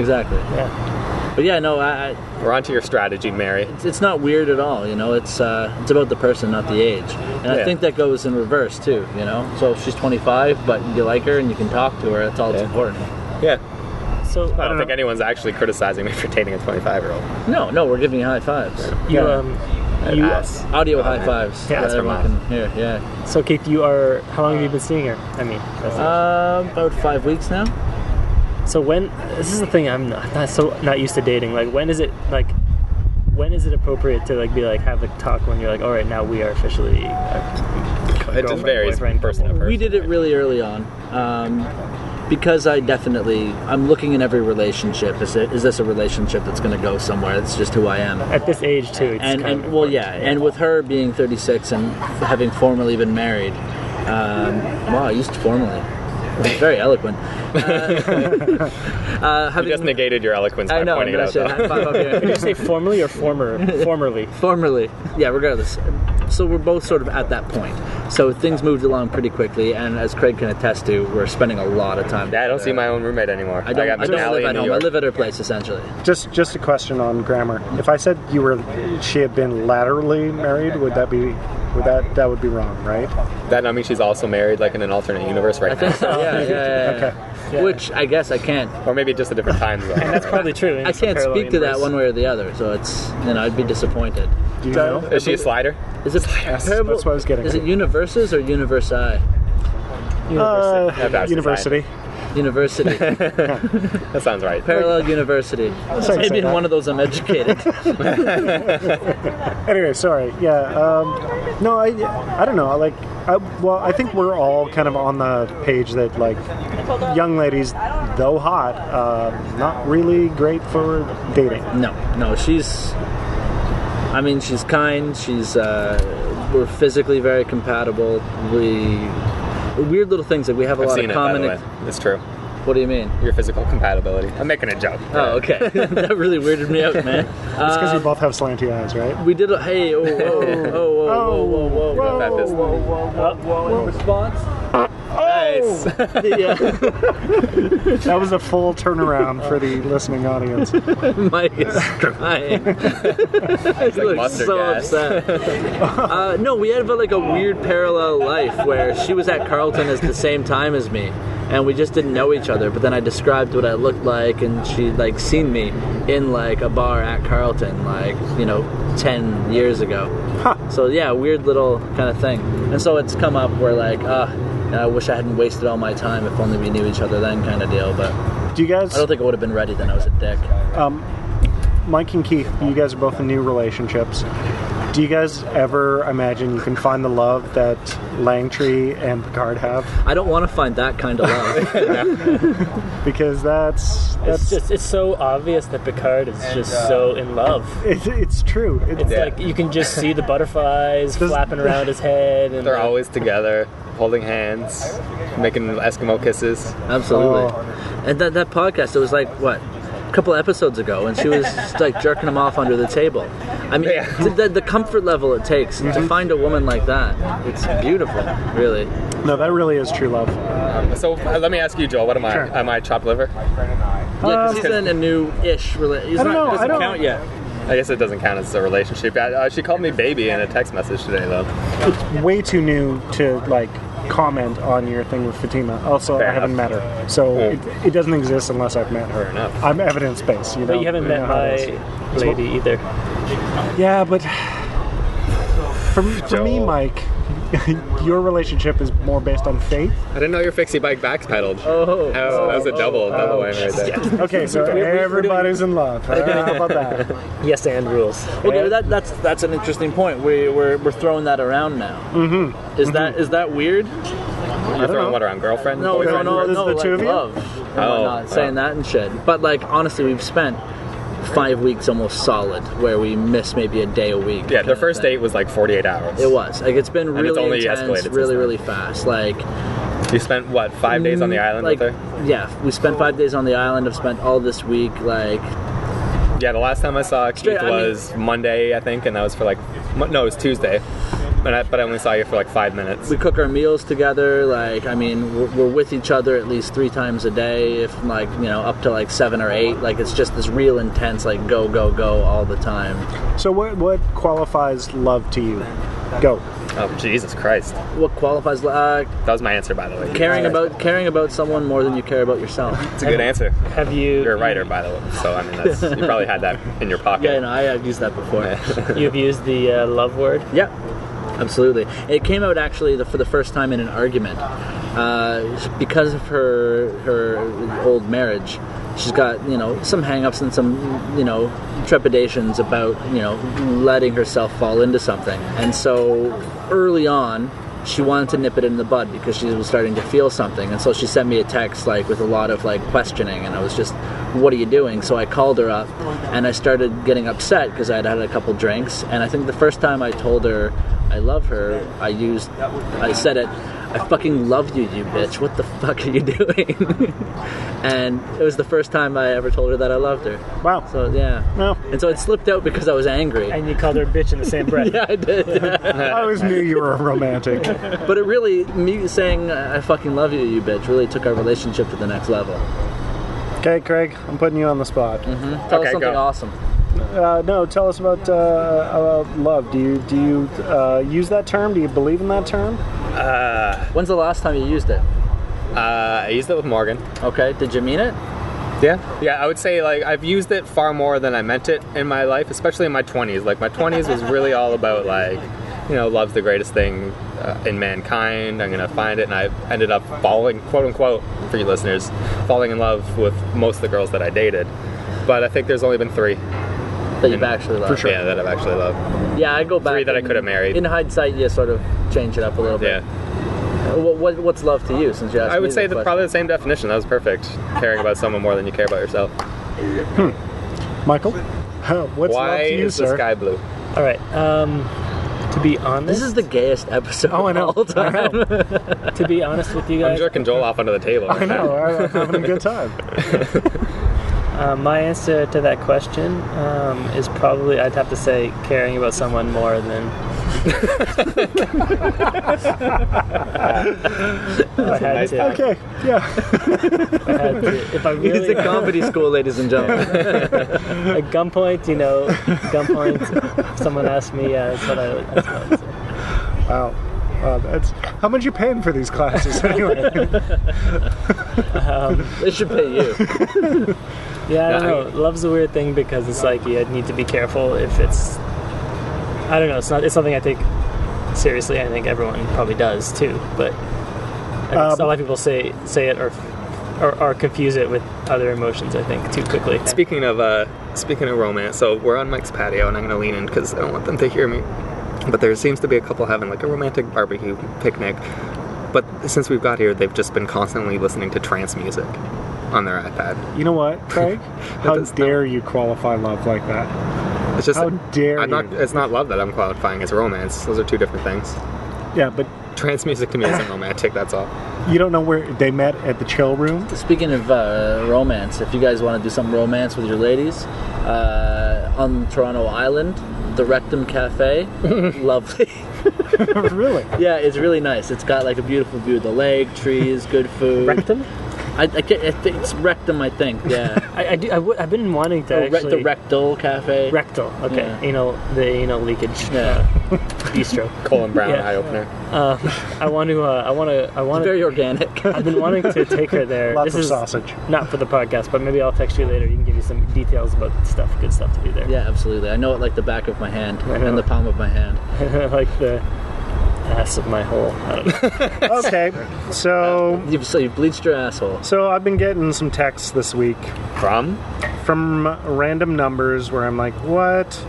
S9: exactly. Yeah. But yeah, no, I, I
S7: We're onto your strategy, Mary.
S9: it's- it's not weird at all you know it's uh, it's about the person not the age and i
S7: Yeah.
S9: think that goes in reverse too you know so if she's 25 but you like her and you can talk to her that's all that's important
S7: Yeah.
S10: So um,
S7: I don't think anyone's actually criticizing me for dating a 25 year old.
S9: no no we're giving you high fives
S10: you, um, you,
S7: Ass.
S9: audio high fives
S10: Yeah,
S9: that
S10: that's
S7: from
S9: everyone can hear yeah
S10: so Keith, you are, how long have you been seeing her? I mean, that's
S9: uh, about five weeks now
S10: So when this is the thing, I'm not, not so not used to dating. Like when is it like when is it appropriate to like be like have a talk when you're like, all right, now we are officially.
S7: It just varies from
S10: boyfriend.
S7: person to person.
S9: we did it really early on um, because i definitely i'm looking in every relationship is, it, is this a relationship that's going to go somewhere that's just who i am
S10: At this age too, it's
S9: and,
S10: kind
S9: and
S10: of
S9: well yeah and with her being 36 and having formerly been married um, wow i used formally very eloquent uh, uh,
S7: You just
S9: having
S7: negated your eloquence by
S9: i know
S7: pointing it
S9: I
S7: out.
S9: should
S7: though.
S9: high five up here.
S10: Did you say formerly or former? Formerly.
S9: formerly yeah regardless so we're both sort of at that point. So things moved along pretty quickly, and as Craig can attest to, we're spending a lot of time.
S7: I don't see my own roommate anymore.
S9: I don't,
S7: got
S9: I don't
S7: McNally
S9: live
S7: in
S9: at
S7: New
S9: home. I
S7: York.
S9: live at her place essentially.
S8: Just just a question on grammar. If I said you were she had been laterally married, would that be would that that would be wrong, right?
S7: That I mean, she's also married, like in an alternate universe right now,
S9: So, yeah, yeah, yeah, yeah.
S10: Yeah.
S9: Which I guess I can't.
S7: or maybe just a different time zone.
S10: That's probably true.
S9: I can't speak to that one way or the other. So it's you know I'd be disappointed.
S8: Do you know?
S7: Is she a slider?
S9: Is it terrible?
S8: That's what I was getting.
S9: Is it
S8: at.
S9: universes or universi?
S8: Uh,
S7: That's
S8: university.
S9: University.
S7: That sounds right.
S9: Parallel university.
S8: like
S9: Maybe in
S8: that.
S9: one of those I'm educated.
S8: Anyway, sorry. Yeah. Um, no, I, I don't know. Like, I, well, I think we're all kind of on the page that like young ladies, though hot, uh, not really great for dating.
S9: No, no, she's. I mean, she's kind. She's. Uh, we're physically very compatible. We. Weird little things that we have a
S7: I've
S9: lot
S7: seen
S9: of
S7: it. By
S9: common.
S7: the way, it's true.
S9: What do you mean?
S7: Your physical compatibility. I'm making a joke.
S9: Oh, okay. that really weirded me out, man.
S8: It's because
S9: Uh,
S8: you both have slanty eyes, right?
S9: we did. A, hey, oh, oh, oh, oh, oh, oh, oh,
S7: About this.
S9: response.
S7: Nice.
S9: yeah,
S8: That was a full turnaround for the listening audience.
S9: Mike is crying. he looks
S7: mustard
S9: so
S7: gas.
S9: upset. Uh, no, we had like a weird parallel life where she was at Carlton at the same time as me, and we just didn't know each other. But then I described what I looked like, and she like seen me in like a bar at Carlton, like you know, ten years ago. So yeah, weird little kind of thing. And so it's come up where like, ah, I wish I hadn't wasted all my time. If only we knew each other then, kind of deal. But I
S8: Do you guys,
S9: don't think I would have been ready then. I was a dick.
S8: Mike and Keith, you guys are both in new relationships. Do you guys ever imagine you can find the love that Langtry and Picard have?
S9: I don't want to find that kind of love.
S8: Because that's
S10: It's
S8: that's
S10: just it's so obvious that Picard is just
S7: uh,
S10: so in love.
S8: it's, it's true. It's,
S10: It's like you can just see the butterflies flapping around his head, and
S7: They're
S10: like,
S7: always together, holding hands, making Eskimo kisses.
S9: Absolutely. And that, that podcast, it was like, what? A couple episodes ago, and she was just, like jerking him off under the table. I mean,
S7: Yeah.
S9: th- the, the comfort level it takes to find a woman like that, it's beautiful, really.
S8: No, that really is true love.
S7: So uh, let me ask you, Joel. What am I?
S8: Sure.
S7: Am I chopped liver?
S9: Yeah, 'cause he's in a new ish relationship. He's
S8: I don't
S9: not,
S8: know,
S9: doesn't
S8: I don't-
S9: count yet.
S7: I guess it doesn't count as a relationship. I, uh, she called me baby in a text message today, though.
S8: way too new to like comment on your thing with Fatima. Also,
S7: Fair
S8: I haven't
S7: enough.
S8: met her, so it, it doesn't exist unless I've met her.
S7: enough.
S8: I'm evidence based. You know,
S10: but you haven't
S8: You
S10: met
S8: know how it
S10: my lady either.
S8: is. Yeah, but for for me,
S7: Joel.
S8: Mike, your relationship is more based on faith.
S7: I didn't know your fixie bike backpedaled.
S9: Oh,
S7: That was, that was a double, double whammy right there.
S8: Okay, so everybody's in love. All right, How about that?
S10: Yes, and rules.
S9: okay, that, that's that's an interesting point. We, we're, we're throwing that around now. Mm-hmm. Is that is that weird?
S7: You're throwing
S8: know.
S7: what around, girlfriend?
S9: No,
S7: Boyfriend?
S9: no, no,
S8: This is
S9: no,
S8: the
S9: like
S8: two of you?
S9: love and
S7: Oh,
S9: whatnot, saying that and shit. But like honestly, we've spent five weeks almost solid where we miss maybe a day a week.
S7: Yeah,
S9: kinda
S7: their first
S9: thing.
S7: date was like 48 hours.
S9: It was like it's been really
S7: it's only escalated
S9: intense,
S7: since
S9: really,
S7: then.
S9: really fast. Like
S7: You spent what five days on the island
S9: like
S7: with her?
S9: yeah, we spent five days on the island. I've spent all this week like
S7: Yeah, the last time I saw Keith
S9: Straight- I mean-
S7: was Monday, I think, and that was for like mon- no, it was Tuesday. And I, but I only saw you for like five minutes.
S9: we cook our meals together. Like, I mean, we're, we're with each other at least three times a day, if like you know, up to like seven or eight. Like, it's just this real intense, like go, go, go all the time.
S8: So what what qualifies love to you? Go.
S7: Oh Jesus Christ! That
S9: What qualifies? Uh,
S7: was my answer, by the way.
S9: caring about caring about someone more than you care about yourself.
S7: It's a good answer.
S10: Have you?
S7: You're a writer, by the way. So I mean, that's, you probably had that in your pocket.
S9: Yeah, no, I, I've used that before.
S10: You've used the uh, love word.
S9: Yeah, absolutely. It came out actually the, for the first time in an argument uh, because of her her old marriage. She's got you know some hangups and some you know trepidations about you know letting herself fall into something, and so early on. She wanted to nip it in the bud because she was starting to feel something, and so she sent me a text like with a lot of like questioning, and I was just, "What are you doing?" So I called her up, and I started getting upset because I had had a couple drinks, and I think the first time I told her I love her. I used, I said it. I fucking love you, you bitch. What the fuck are you doing? and it was the first time I ever told her that I loved her.
S10: Wow.
S9: So yeah. And so it slipped out because I was angry.
S10: And you called her a bitch in the same breath.
S9: yeah, I did.
S8: I always knew you were a romantic.
S9: but it really, me saying uh, I fucking love you, you bitch, really took our relationship to the next level.
S8: Okay, Craig, I'm putting you on the spot.
S9: Tell
S7: Okay,
S9: us something
S7: go.
S9: awesome.
S8: Uh, no, tell us about, uh, about love. Do you do you uh, use that term? Do you believe in that term?
S9: When's the last time you used it?
S7: Uh, I used it with Morgan.
S9: Okay, did you mean it?
S7: Yeah, yeah. I would say like I've used it far more than I meant it in my life, especially in my twenties. Like my twenties was really all about like, you know, love's the greatest thing uh, in mankind. I'm gonna find it, and I ended up falling, quote unquote, for you listeners, falling in love with most of the girls that I dated. But I think there's only been three.
S9: That you've actually loved.
S7: Yeah, that I've actually loved.
S9: Yeah, I go back.
S7: Three that I
S9: and-
S7: could've married.
S9: In hindsight, you sort of change it up a little bit. Uh,
S7: Yeah.
S9: What, what, what's love to you? Since you asked
S7: I
S9: me
S7: would say
S9: that
S7: that
S9: question?
S7: probably the same definition. That was perfect. Caring about someone more than you care about yourself.
S8: Michael? What's
S7: Why
S8: love to you,
S7: is the
S8: sir?
S7: sky blue?
S10: All right. Um, to be honest,
S9: This is the gayest episode
S8: Oh, I know.
S9: of all time.
S8: I know.
S10: to be honest with you
S7: I'm
S10: guys,
S7: jerking Joel off under the table.
S8: I know. I'm having a good time.
S10: uh, my answer to that question um, is probably I'd have to say caring about someone more than. If I had to.
S8: Okay. Yeah.
S10: If I had to. If I really,
S9: It's a comedy school, ladies and gentlemen.
S10: at gunpoint, you know, gunpoint, someone asked me, yeah, that's what I would. That's what I would say.
S8: Wow. Wow, Uh, that's how much you paying for these classes anyway?
S9: they should pay you.
S10: Yeah, I don't
S7: Yeah, I-
S10: know. Love's a weird thing because it's like you need to be careful if it's. I don't know. It's not. It's something I take seriously. I think everyone probably does too, but I think
S8: Um,
S10: a lot of people say say it or, or or confuse it with other emotions. I think too quickly.
S7: Speaking of uh, speaking of romance, so we're on Mike's patio, and I'm gonna lean in because I don't want them to hear me. But there seems to be a couple having like a romantic barbecue picnic. But since we've got here, they've just been constantly listening to trance music on their iPad.
S8: You know what, Craig? How
S7: does not-
S8: dare you qualify love like that?
S7: It's just
S8: How dare
S7: I'm not.
S8: you.
S7: It's not love that I'm qualifying as romance. Those are two different things.
S8: Yeah, but
S7: Trance music to me isn't romantic. That's all.
S8: you don't know where they met at the chill room.
S9: Speaking of uh, romance, if you guys want to do some romance with your ladies, uh, on Toronto Island, the Rectum Cafe, lovely.
S8: really?
S9: yeah, it's really nice. It's got like a beautiful view of the lake, trees, good food.
S10: Rectum?
S9: I, I, can't, I think it's Rectum, I think. Yeah.
S10: I, I do. I w- I've been wanting to
S9: Oh, re-
S10: actually.
S9: the Rectal Cafe.
S10: rectal. Okay.
S9: Yeah.
S10: Anal. The anal leakage.
S9: Yeah.
S10: Uh, bistro.
S7: Colin Brown
S10: Yeah.
S7: eye opener.
S10: Um, I want to. Uh, I want to. I want to.
S9: Very organic.
S10: I've been wanting to take her there.
S8: Lots
S10: this
S8: of
S10: is
S8: sausage.
S10: not for the podcast, but maybe I'll text you later. You can give me some details about stuff, good stuff to do there.
S9: yeah, absolutely. I know it like the back of my hand
S10: I know.
S9: and the palm of my hand.
S10: like the ass of my hole. I don't know.
S8: Okay. So
S9: You've, so you've bleached your asshole.
S8: so I've been getting some texts this week
S7: From?
S8: from random numbers where I'm like, "What?"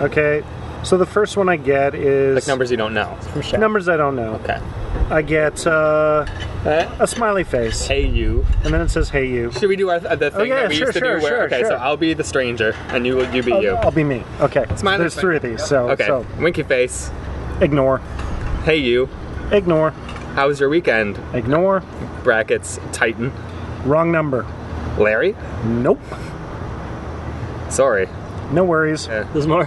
S8: Okay. So the first one I get is
S7: Like numbers you don't know.
S8: numbers I don't know.
S7: Okay.
S8: I get uh, a smiley face,
S7: Hey you.
S8: and then it says, "Hey you."
S7: Should we do our, the thing
S8: Oh, yeah,
S7: that we
S8: sure,
S7: used to
S8: sure,
S7: do? Where
S8: sure,
S7: okay, so
S8: sure.
S7: I'll be the stranger and you you be you.
S8: I'll be me. Okay.
S7: Smiley
S8: There's
S7: face.
S8: three of these, so
S7: Okay.
S8: oh, so
S7: Winky face.
S8: ignore,
S7: Hey you.
S8: ignore,
S7: How was your weekend?
S8: ignore.
S7: Brackets Titan.
S8: Wrong number.
S7: Larry.
S8: Nope.
S7: Sorry.
S8: No worries. Uh,
S7: Yeah.
S10: There's more.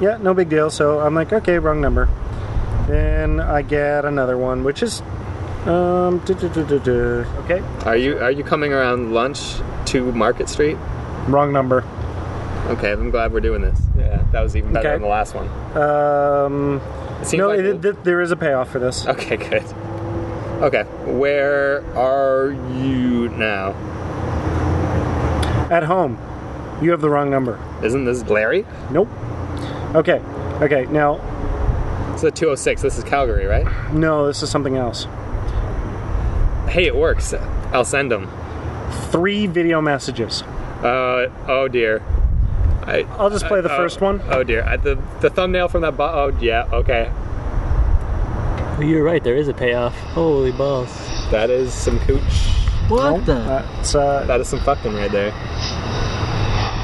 S8: Yeah, no big deal. So I'm like, okay, wrong number. Then I get another one, which is, um, duh, duh, duh, duh, duh. okay,
S7: Are you are you coming around lunch to Market Street?
S8: wrong number.
S7: Okay, I'm glad we're doing this. Yeah, that was even better
S8: Okay.
S7: than the last one.
S8: Um,
S7: It seems
S8: no,
S7: like
S8: it, th- there is a payoff for this.
S7: Okay, good. Okay, where are you now?
S8: At home, you have the wrong number.
S7: Isn't this Larry?
S8: Nope. Okay, okay. Now,
S7: It's a 206. This is Calgary, right?
S8: no, this is something else.
S7: Hey, it works. I'll send them.
S8: Three video messages.
S7: Uh, oh dear. I,
S8: I'll just play the
S7: oh,
S8: first one.
S7: Oh dear. I, the, the thumbnail from that. Bu- oh yeah. Okay.
S10: You're right. There is a payoff. Holy balls.
S7: That is some cooch.
S9: What the?
S8: That's uh,
S7: That is some fucking right there.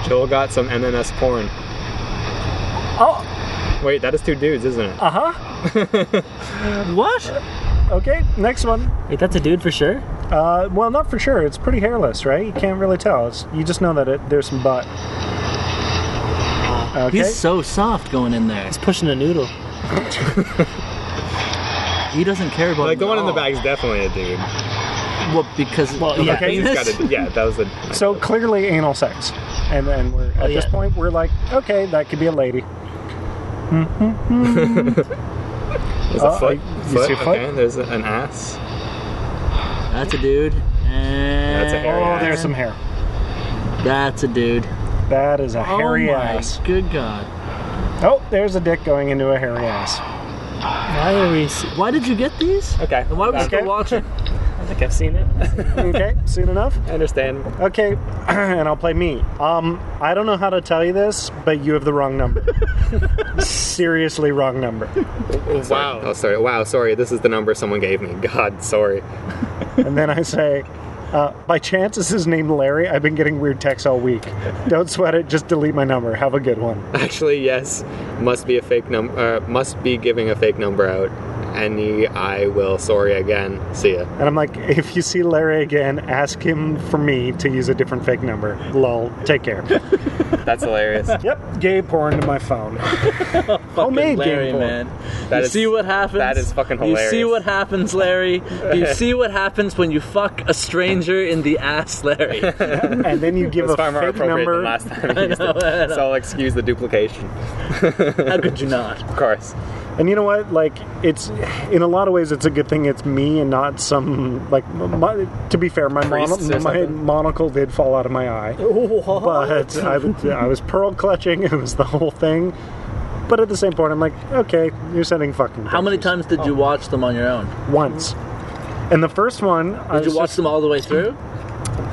S7: Joel got some MMS porn.
S8: oh, uh-huh.
S7: Wait, that is two dudes, isn't it?
S10: Uh huh. what?
S8: Okay, next one.
S10: Wait, that's a dude for sure.
S8: Uh, well, not for sure. It's pretty hairless, right? You can't really tell. It's, you just know that it, there's some butt. Okay.
S9: He's so soft going in there.
S10: He's pushing a noodle.
S9: He doesn't care about
S7: Like the
S9: him
S7: one
S9: at
S7: in the
S9: all.
S7: back is definitely a dude.
S9: Well, because
S10: Well, yeah.
S8: Okay,
S7: He's got a, yeah, that was the.
S8: so clearly anal sex, and then we're at this
S10: yeah.
S8: point we're like, okay, that could be a lady.
S7: There's
S8: Oh,
S7: a foot.
S8: I- you
S7: foot.
S8: see a foot?
S7: Okay, there's an ass.
S9: that's a dude. And
S7: That's a hairy
S8: Oh,
S7: ass.
S8: there's some hair.
S9: That's a dude.
S8: That is a hairy
S9: oh my
S8: ass.
S9: good god!
S8: Oh, there's a dick going into a hairy ass.
S10: Why are we? s-
S9: Why did you get these?
S7: Okay.
S9: And why are we
S7: I
S9: still watching?
S10: I think I've seen it.
S8: Okay, soon enough.
S7: understand.
S8: Okay, and I'll play me. Um, I don't know how to tell you this, but you have the wrong number. Seriously, wrong number.
S7: Wow. Oh, sorry. Wow. Sorry. This is the number someone gave me. God. Sorry.
S8: And then I say, uh, by chance, this is named Larry. I've been getting weird texts all week. Don't sweat it. Just delete my number. Have a good one.
S7: Actually, yes. Must be a fake number. Uh, must be giving a fake number out. Any. I will. Sorry again. See ya.
S8: And I'm like, if you see Larry again, ask him for me to use a different fake number. Lol. Take care.
S7: That's hilarious.
S8: yep, gay porn to my phone. Homemade
S9: Larry,
S8: game porn.
S9: man.
S7: That
S9: you
S7: is-
S9: see what happens.
S7: that is fucking
S9: You see
S7: hilarious.
S9: what happens, Larry. You see what happens when you fuck a stranger in the ass, Larry.
S8: And then you give
S7: It's
S8: a
S7: far more
S8: fake
S7: appropriate
S8: number.
S7: than last time. I used
S9: know, I
S7: it.
S9: know.
S7: So I'll excuse the duplication.
S9: How could you not?
S7: Of course.
S8: And you know what? Like, it's in a lot of ways, it's a good thing it's me and not some like. My, to be fair, my,
S7: Priests
S8: mono,
S7: or
S8: my
S7: something?
S8: monocle did fall out of my eye, but I, was- I was pearl clutching. It was the whole thing. But at the same point, I'm like, okay, you're sending fucking.
S9: How many
S8: pictures.
S9: times did you watch them on your own?
S8: Once. And the first one, I
S9: Did
S8: was
S9: you watch
S8: just-
S9: them all the way through?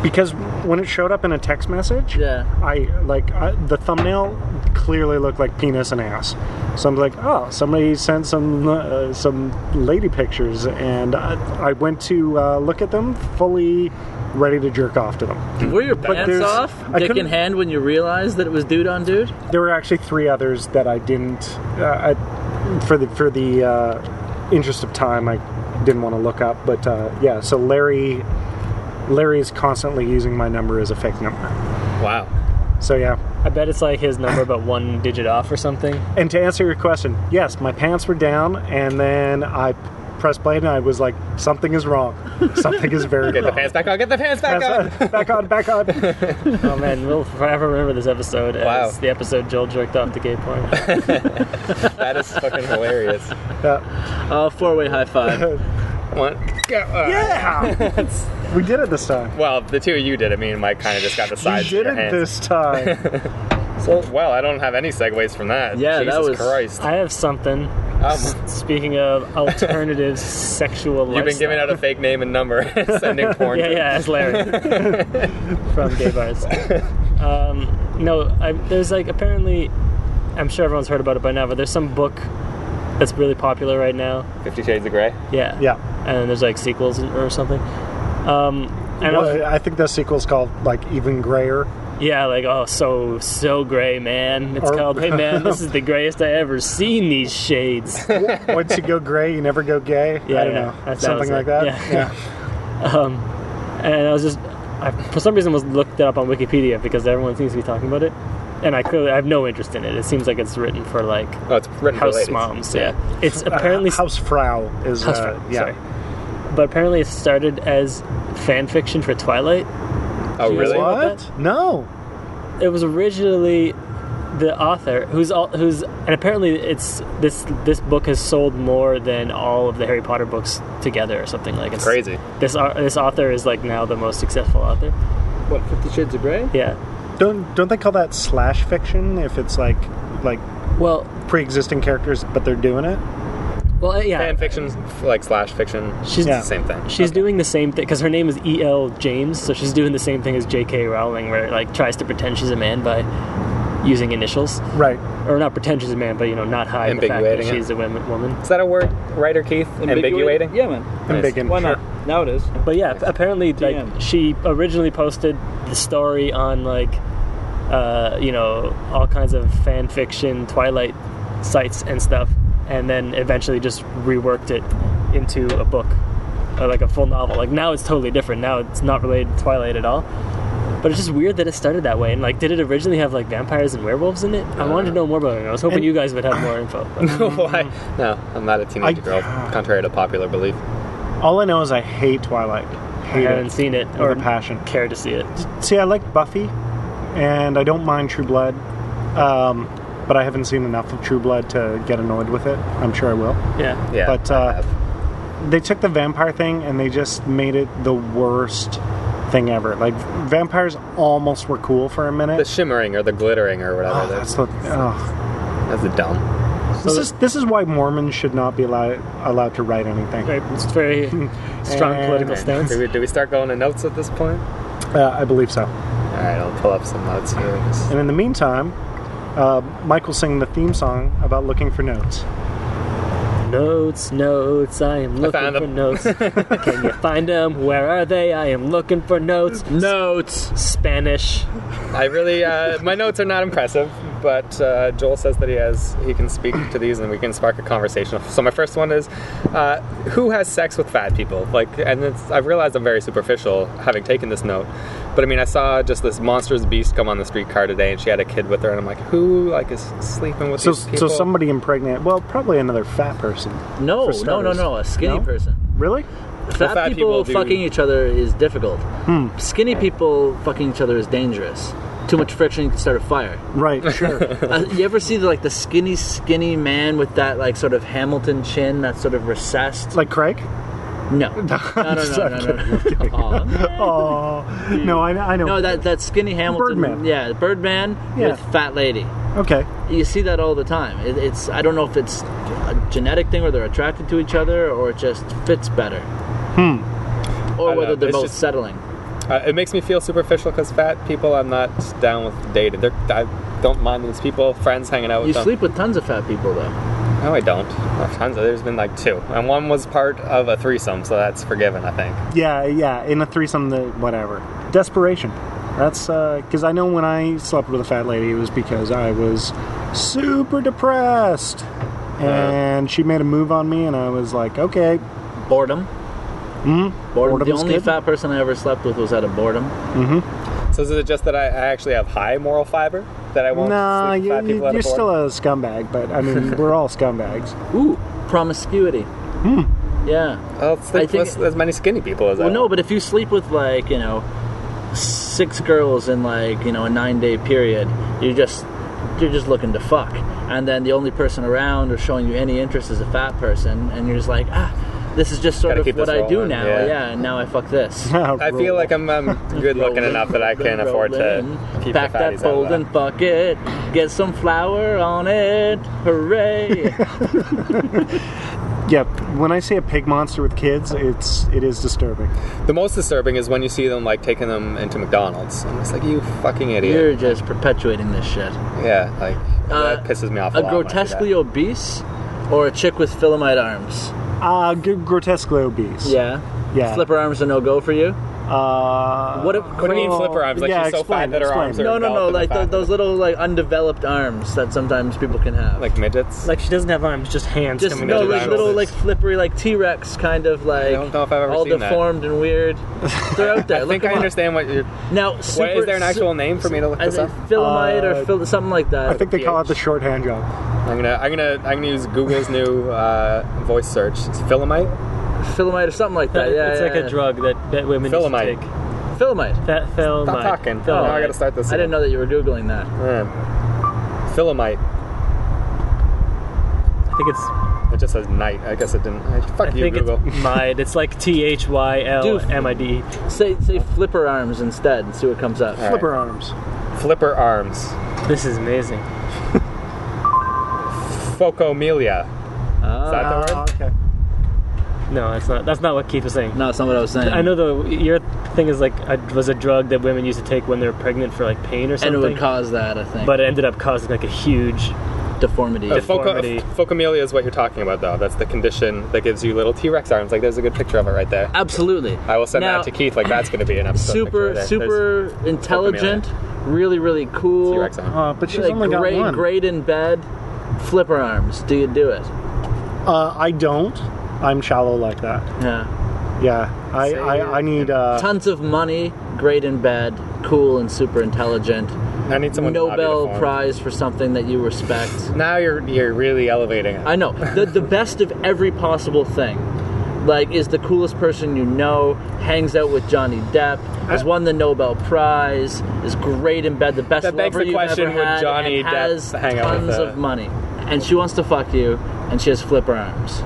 S8: because when it showed up in a text message,
S9: Yeah.
S8: I like I, the thumbnail clearly looked like penis and ass. So I'm like, oh, somebody sent some uh, some lady pictures, and I, I went to uh, look at them, fully ready to jerk off to them.
S9: Were your pants
S8: there's-
S9: off,
S8: I
S9: dick in
S8: couldn't-
S9: hand, when you realized that it was dude on dude?
S8: There were actually three others that I didn't, uh, I, for the for the uh, interest of time, I didn't want to look up. But uh, yeah, so Larry, Larry is constantly using my number as a fake number.
S7: Wow.
S8: So yeah,
S10: I bet it's like his number, but one digit off or something.
S8: And to answer your question, yes, my pants were down, and then I pressed play, and I was like, something is wrong. Something is very
S7: Get the
S8: wrong.
S7: pants back on. Get the pants back on.
S8: back on, back on.
S10: Oh man, we'll forever remember this episode
S7: Wow.
S10: as the episode Joel jerked off to gay porn.
S7: That is fucking hilarious.
S8: Yeah.
S9: Uh, four way high five.
S7: One.
S8: yeah! we did it this time.
S7: Well, the two of you did it. Me and Mike kind of just got the
S8: We
S7: sides.
S8: did
S7: of your hands.
S8: it this time.
S7: Well, I don't have any segues from that.
S9: Yeah, that
S7: Jesus
S9: was-
S7: Christ.
S10: I have something.
S7: Um,
S10: Speaking of alternative sexual
S7: you've been giving out a fake name and number, and sending porn.
S10: yeah,
S7: to-
S10: yeah, it's Larry from gay bars. Um, no, I, there's like apparently, I'm sure everyone's heard about it by now, but there's some book that's really popular right now.
S7: Fifty Shades of Grey.
S10: Yeah,
S8: Yeah.
S10: And there's like sequels or something. Um, and I was-
S8: Well, I think the sequel's called, like, Even Grayer.
S10: yeah, like oh, so so gray, man. It's
S8: Or-
S10: called. Hey, man, this is the grayest I ever seen. These shades.
S8: Once you go gray, you never go gay.
S10: Yeah,
S8: I don't
S10: yeah.
S8: know.
S10: That- that
S8: Something
S10: was it.
S8: like that.
S10: Yeah. Um, and I was just I, for some reason was looked it up on Wikipedia because everyone seems to be talking about it, and I clearly I have no interest in it. It seems like it's written for like
S7: Oh, it's written for
S10: house
S7: ladies.
S10: moms. Yeah, it's
S8: Uh,
S10: apparently
S8: House Frau is.
S10: House
S8: uh,
S10: Frau,
S8: yeah.
S10: sorry. but apparently it started as fan fiction for Twilight.
S7: Oh, really?
S10: What?
S8: What? No.
S10: It was originally the author who's all who's and apparently it's this this book has sold more than all of the Harry Potter books together or something like it's
S7: Crazy.
S10: This au- this author is like now the most successful author.
S9: what, Fifty Shades of Grey?
S10: Yeah.
S8: Don't don't they call that slash fiction if it's like like
S10: Well,
S8: pre-existing characters but they're doing it?
S10: well, yeah.
S7: Fan fiction, like slash fiction.
S10: She's
S8: Yeah.
S7: It's the same thing.
S10: She's doing the same thing because her name is E. L. James, so she's doing the same thing as J. K. Rowling, where it, like tries to pretend she's a man by using initials,
S8: Right.
S10: or not pretend she's a man, but you know not hide the fact that
S7: Ambiguating it.
S10: she's a women, woman.
S7: Is that a word, writer Keith? Ambiguating.
S9: Yeah, man.
S8: I'm big in
S9: Why
S8: sure.
S9: not? Now it is.
S10: But yeah, ap- apparently,
S9: DM.
S10: like she originally posted the story on like, uh, you know, all kinds of fan fiction Twilight sites and stuff, and then eventually just reworked it into a book, uh, like a full novel. Like now it's totally different. Now it's not related to Twilight at all. But it's just weird that it started that way. And like, did it originally have like vampires and werewolves in it? I wanted to know more about it. I was hoping you guys would have more info.
S7: Why? No, I'm not a teenage
S10: I-
S7: girl, contrary to popular belief.
S8: All I know is I hate Twilight. Hate
S10: haven't
S8: it
S10: seen it
S8: with
S10: or
S8: a passion.
S10: Care to see it?
S8: See, I like Buffy, and I don't mind True Blood, um, but I haven't seen enough of True Blood to get annoyed with it. I'm sure I will.
S10: Yeah.
S7: Yeah.
S8: But uh, they took the vampire thing and they just made it the worst thing ever. Like vampires almost were cool for a minute.
S7: the shimmering or the glittering or whatever.
S8: Oh,
S7: that's,
S8: that's what. Oh.
S7: that's a dumb.
S8: this is this is why Mormons should not be allowed allowed to write anything.
S10: Very, it's very strong
S8: And-
S10: political stance.
S7: Do we, do we start going to notes at this point?
S8: Uh, I believe so.
S7: All right, I'll pull up some notes here. Just-
S8: And in the meantime, uh, Michael singing the theme song about looking for notes.
S10: Notes, notes, I am looking
S7: found
S10: for
S7: 'em.
S10: notes. Can you find them? Where are they? I am looking for notes.
S1: Notes.
S10: Spanish.
S7: I really, uh, my notes are not impressive, but uh, Joel says that he has, he can speak to these and we can spark a conversation. So my first one is, uh, who has sex with fat people? Like, and it's, I've realized I'm very superficial having taken this note, but I mean, I saw just this monstrous beast come on the streetcar today, and she had a kid with her, and I'm like, who like is sleeping with
S8: So,
S7: these people?
S8: so somebody impregnate. Well, probably another fat person.
S9: No,
S8: For
S9: no, no, no. A
S8: starters.
S9: skinny
S8: No?
S9: person.
S8: Really?
S9: Fat,
S7: fat people
S9: people,
S7: do-
S9: fucking each other is difficult.
S8: Hmm.
S9: Skinny people fucking each other is dangerous. Too much friction can start a fire.
S8: Right. Sure.
S9: Uh, you ever see the, like the skinny, skinny man with that like sort of Hamilton chin, that sort of recessed?
S8: like Craig.
S9: No, no, no, no, no, no. Aw.
S8: Oh no, I, I know.
S9: No, that that skinny Hamilton.
S8: Birdman.
S9: Yeah, Birdman
S8: Yeah.
S9: with fat lady.
S8: Okay.
S9: You see that all the time. It, it's I don't know if it's a genetic thing where they're attracted to each other or it just fits better.
S7: I
S9: Hmm. Or
S7: don't
S9: whether
S7: know.
S9: they're
S7: It's
S9: both
S7: just-
S9: settling.
S7: Uh, it makes me feel superficial because fat people I'm not down with dating. They're, I don't mind these people, friends hanging out with
S9: You
S7: them.
S9: sleep with tons of fat people though.
S7: No, I don't. Tons of, there's been like two. And one was part of a threesome, so that's forgiven, I think.
S8: Yeah, yeah. In a threesome, the whatever. Desperation. That's because I know when I slept with a fat lady, it was because I was super depressed, and she made a move on me, and I was like, okay,
S9: Boredom. Hmm. Boredom.
S8: Boredom
S9: The
S8: is
S9: only
S8: good.
S9: fat person I ever slept with was out of boredom.
S7: So is it just that I, I actually have high moral fiber? That I won't
S8: nah,
S7: sleep with
S8: you,
S7: fat people
S8: you,
S7: out
S8: you're
S7: of
S8: still
S7: still
S8: a scumbag. But I mean, we're all scumbags.
S9: Ooh, promiscuity. Hmm. Yeah.
S7: I'll
S9: I
S7: sleep
S9: think-
S7: with as many skinny people as I
S9: Well, no,
S7: want.
S9: but if you sleep with like you know six girls in like you know a nine day period, you just you're just looking to fuck, and then the only person around or showing you any interest is a fat person, and you're just like ah, this is just sort
S7: Gotta
S9: of
S7: keep
S9: what
S7: this
S9: I do
S7: rolling,
S9: now.
S7: yeah.
S9: Yeah. and now I fuck this.
S7: I feel like I'm, I'm good looking enough that I can afford to
S9: Rolling.
S7: keep
S9: pack
S7: the
S9: that
S7: fatties out of
S9: golden bucket, get some flour on it, hooray!
S8: Yep. When I see a pig monster with kids, it's it is disturbing.
S7: that. The most disturbing is when you see them like taking them into McDonald's. I'm just like, you fucking
S9: You're
S7: idiot.
S9: just perpetuating this shit.
S7: Yeah, like
S9: Uh,
S7: that pisses me off. A,
S9: a
S7: lot when I see that.
S9: grotesquely obese or a chick with philomite arms?
S8: Uh, g- grotesquely obese.
S9: Yeah.
S8: Yeah.
S9: Flipper arms are no go for you?
S8: Uh,
S9: What if-
S7: What do you mean flipper arms? Like
S8: yeah,
S7: she's so
S8: explain,
S7: fat that her
S8: explain.
S7: arms are
S9: Oh, No, no, no.
S7: developed in the
S9: Like
S7: fat
S9: th those little like undeveloped arms that sometimes people can have.
S7: like midgets.
S10: Like she doesn't have arms, just hands
S9: just
S10: coming
S9: no,
S10: out of
S9: like
S10: her
S9: little
S10: shoulders.
S9: like flippery like T Rex kind of like
S7: don't know if I've ever
S9: all
S7: seen that.
S9: deformed and weird. They're out there.
S7: I think
S9: Look
S7: I
S9: 'em up.
S7: understand what you're.
S9: Now,
S7: What,
S9: super,
S7: is there an
S9: su-
S7: actual name for me to look
S9: I
S7: this up?
S9: think philomite
S8: Uh,
S9: or phil- something like that.
S8: I think they call it the short hand job.
S7: I'm gonna, I'm gonna, I'm gonna use Google's new uh, voice search. It's Philomite.
S9: philomite or something like that. Yeah,
S10: it's like
S9: yeah,
S10: a drug that, that women used to
S7: Philomite.
S10: take.
S9: yeah. Philomite.
S10: That Philomite.
S7: Stop talking.
S10: Philomite.
S7: Now I gotta start this.
S9: I didn't know that you were googling that.
S7: Philomite.
S10: I think it's.
S7: It just says night. I guess it didn't. I- fuck
S10: I
S7: you,
S10: think
S7: Google.
S10: it's mide. It's like T H Y L
S9: Dude.
S10: M I D.
S9: Say say flipper arms instead and see what comes up.
S7: All right.
S8: Flipper arms.
S7: Flipper arms.
S10: This is amazing.
S7: Focomelia. Is that the
S9: Uh,
S8: Ah,
S7: word?
S8: okay.
S10: No, it's not. That's not what Keith was saying.
S9: No, it's not what I was saying.
S10: I know the your thing is like a, was a drug that women used to take when they were pregnant for like pain or
S9: and
S10: something.
S9: it would cause that. I think,
S10: but it ended up causing like a huge
S9: deformity.
S7: Uh, Foco-
S10: Deformity.
S7: Focomelia is what you're talking about, though. That's the condition that gives you little T-Rex arms. Like, there's a good picture of it right there.
S9: Absolutely.
S7: I will send
S9: now,
S7: that to Keith. Like, that's gonna be an episode. picture right
S9: Super,
S7: there.
S9: super intelligent, really, really
S7: There's
S9: cool.
S7: T-Rex arm.
S8: Uh, but she's
S9: like
S8: only got
S9: great,
S8: one.
S9: great in bed. Flipper arms. Do you do it?
S8: Uh, I don't. I'm shallow like that.
S9: Yeah.
S8: Yeah. I,
S9: Say
S8: I, I need uh,
S9: Tons of money, great and bad, cool and super intelligent.
S7: I need someone. to lobby the
S9: Nobel
S7: phone.
S9: Prize for something that you respect.
S7: Now you're you're really elevating it.
S9: I know. The, the best of every possible thing. Like, is the coolest person you know, hangs out with Johnny Depp, has won the Nobel Prize, is great in bed, the best
S7: That begs
S9: lover
S7: the
S9: you've
S7: question,
S9: ever
S7: would
S9: had,
S7: Johnny
S9: and
S7: Depp
S9: has
S7: hang out with
S9: tons
S7: a-
S9: of money. And she wants to fuck you, and she has flipper arms.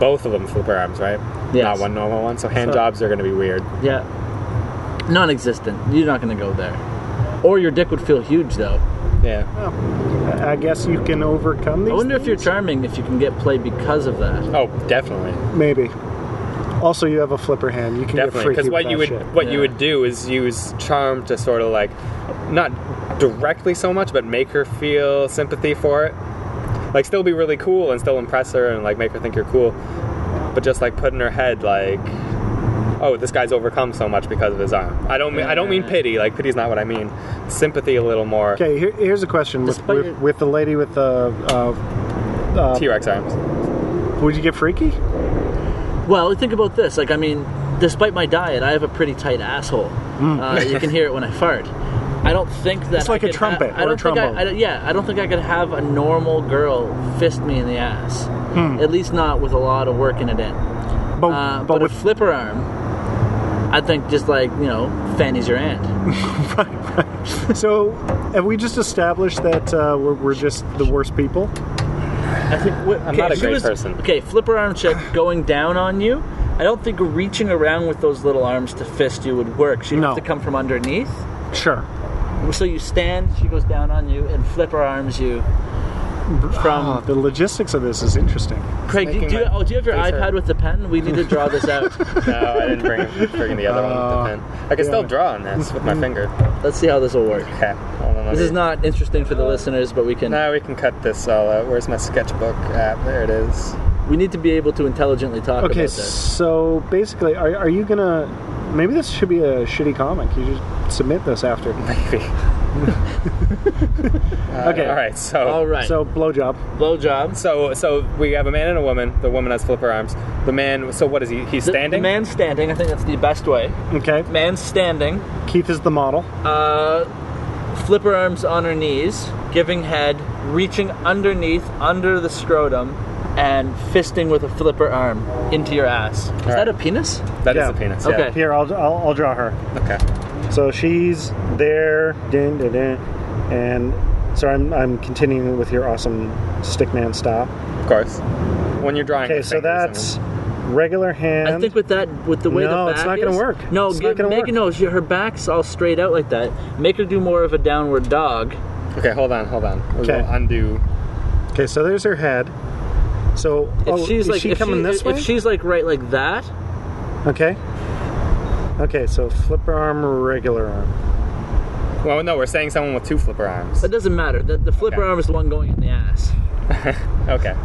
S7: Both of them flipper arms, right?
S9: Yes.
S7: Not one normal one. So hand
S9: So-
S7: jobs are going to be weird.
S9: Yeah. Non existent. You're not going to go there. Or your dick would feel huge, though.
S7: Yeah.
S8: I guess you can overcome
S9: I
S8: these.
S9: wonder if you're charming if you can get play because of that.
S7: Oh, definitely,
S8: Maybe. Also, you have a flipper hand. You can get
S7: definitely.
S8: freaky
S7: Because
S8: with
S7: what
S8: that
S7: you would
S8: shit.
S7: what you
S9: Yeah.
S7: would do is use charm to sort of like, not directly so much, but make her feel sympathy for it. Like still be really cool and still impress her and like make her think you're cool, but just like put in her head like. Oh, this guy's overcome so much because of his arm. I don't mean I don't mean
S9: Yeah.
S7: pity. Like pity's not what I mean. Sympathy a little more.
S8: Okay, here, here's a question with,
S9: Despite
S8: with,
S9: your-
S8: with the lady with the. Uh, uh,
S7: T-Rex arms.
S8: would you get freaky?
S9: Well, think about this. Like, I mean, despite my diet, I have a pretty tight asshole. Uh, you can hear it when I fart. I don't think that
S8: Mm. It's like
S9: I
S8: a
S9: could ha-
S8: trumpet
S9: I
S8: or
S9: don't
S8: a
S9: think I-
S8: trombone.
S9: I don't- yeah, I don't think I could have a normal girl fist me in the ass. At least not with a lot of working it in.
S8: But,
S9: Uh,
S8: Hmm. but,
S9: but
S8: with
S9: a flipper arm, I think just like you know, Fanny's your aunt.
S8: so have we just established that uh, we're, we're just the worst people?
S9: I think wh- okay,
S7: not a
S9: if she
S7: great
S9: was-
S7: person.
S9: Okay, flipper arm check going down on you. I don't think reaching around with those little arms to fist you would work. She'd
S8: No.
S9: have to come from underneath.
S8: Sure.
S9: So you stand, she goes down on you, and flipper arms you.
S8: Ah,
S9: From
S8: the logistics of this is interesting.
S9: Craig, do you,
S7: making
S9: do, you-
S7: my
S9: oh, do you have your
S7: face
S9: iPad
S7: hurt.
S9: with the pen? We need to draw this out.
S7: No, I didn't bring, bring the other
S9: Uh,
S7: one with the pen. I can still draw on this with my finger.
S9: Let's see how this will work.
S7: Okay. Hold on, let
S9: This
S7: me-
S9: is not interesting for the listeners, but we can.
S7: Now we can cut this all out. Where's my sketchbook app? There it is.
S9: We need to be able to intelligently talk about
S8: Okay,
S9: this.
S8: so basically, are, are you gonna? Maybe this should be a shitty comic. You just submit this after.
S7: Maybe.
S8: okay.
S7: All right. So.
S9: Uh, All right.
S8: So blowjob.
S9: blowjobs.
S7: So so we have a man and a woman. The woman has flipper arms. The man. So what is he? He's
S9: The, the
S7: standing.
S9: man's standing. I think that's the best way.
S8: Okay.
S9: Man's standing.
S8: Keith is the model.
S9: Uh, flipper arms on her knees, giving head, reaching underneath, under the scrotum, and fisting with a flipper arm into your ass. Is that a penis?
S7: That is
S8: Yeah.
S7: a penis.
S9: Okay.
S8: Here, I'll, I'll I'll draw her.
S7: Yeah. Okay.
S8: So she's there, dun, dun, dun, and sorry, I'm, I'm continuing with your awesome stickman style.
S7: Of course. When you're drawing.
S8: Okay,
S7: with
S8: so
S7: fingers, I
S8: that's regular hand.
S9: I think with that, with the way
S8: No,
S9: the back
S8: it's not gonna
S9: is-
S8: work.
S9: No,
S8: It's
S9: gi-
S8: not gonna
S9: make
S8: work.
S9: no. She, her back's all straight out like that. Make her do more of a downward dog.
S7: mean. Okay. Hold on. Hold on. We'll
S8: Okay.
S7: undo.
S8: okay, so there's her head. So
S9: If
S8: oh,
S9: she's
S8: is
S9: like
S8: she
S9: if,
S8: coming
S9: she-
S8: this
S9: if
S8: way?
S9: she's like right like that,
S8: okay. Okay, so flipper arm, regular arm.
S7: Well, no. We're saying someone with two flipper arms.
S9: that doesn't matter. The, the flipper
S7: Okay.
S9: arm is the one going in the ass.
S7: Okay.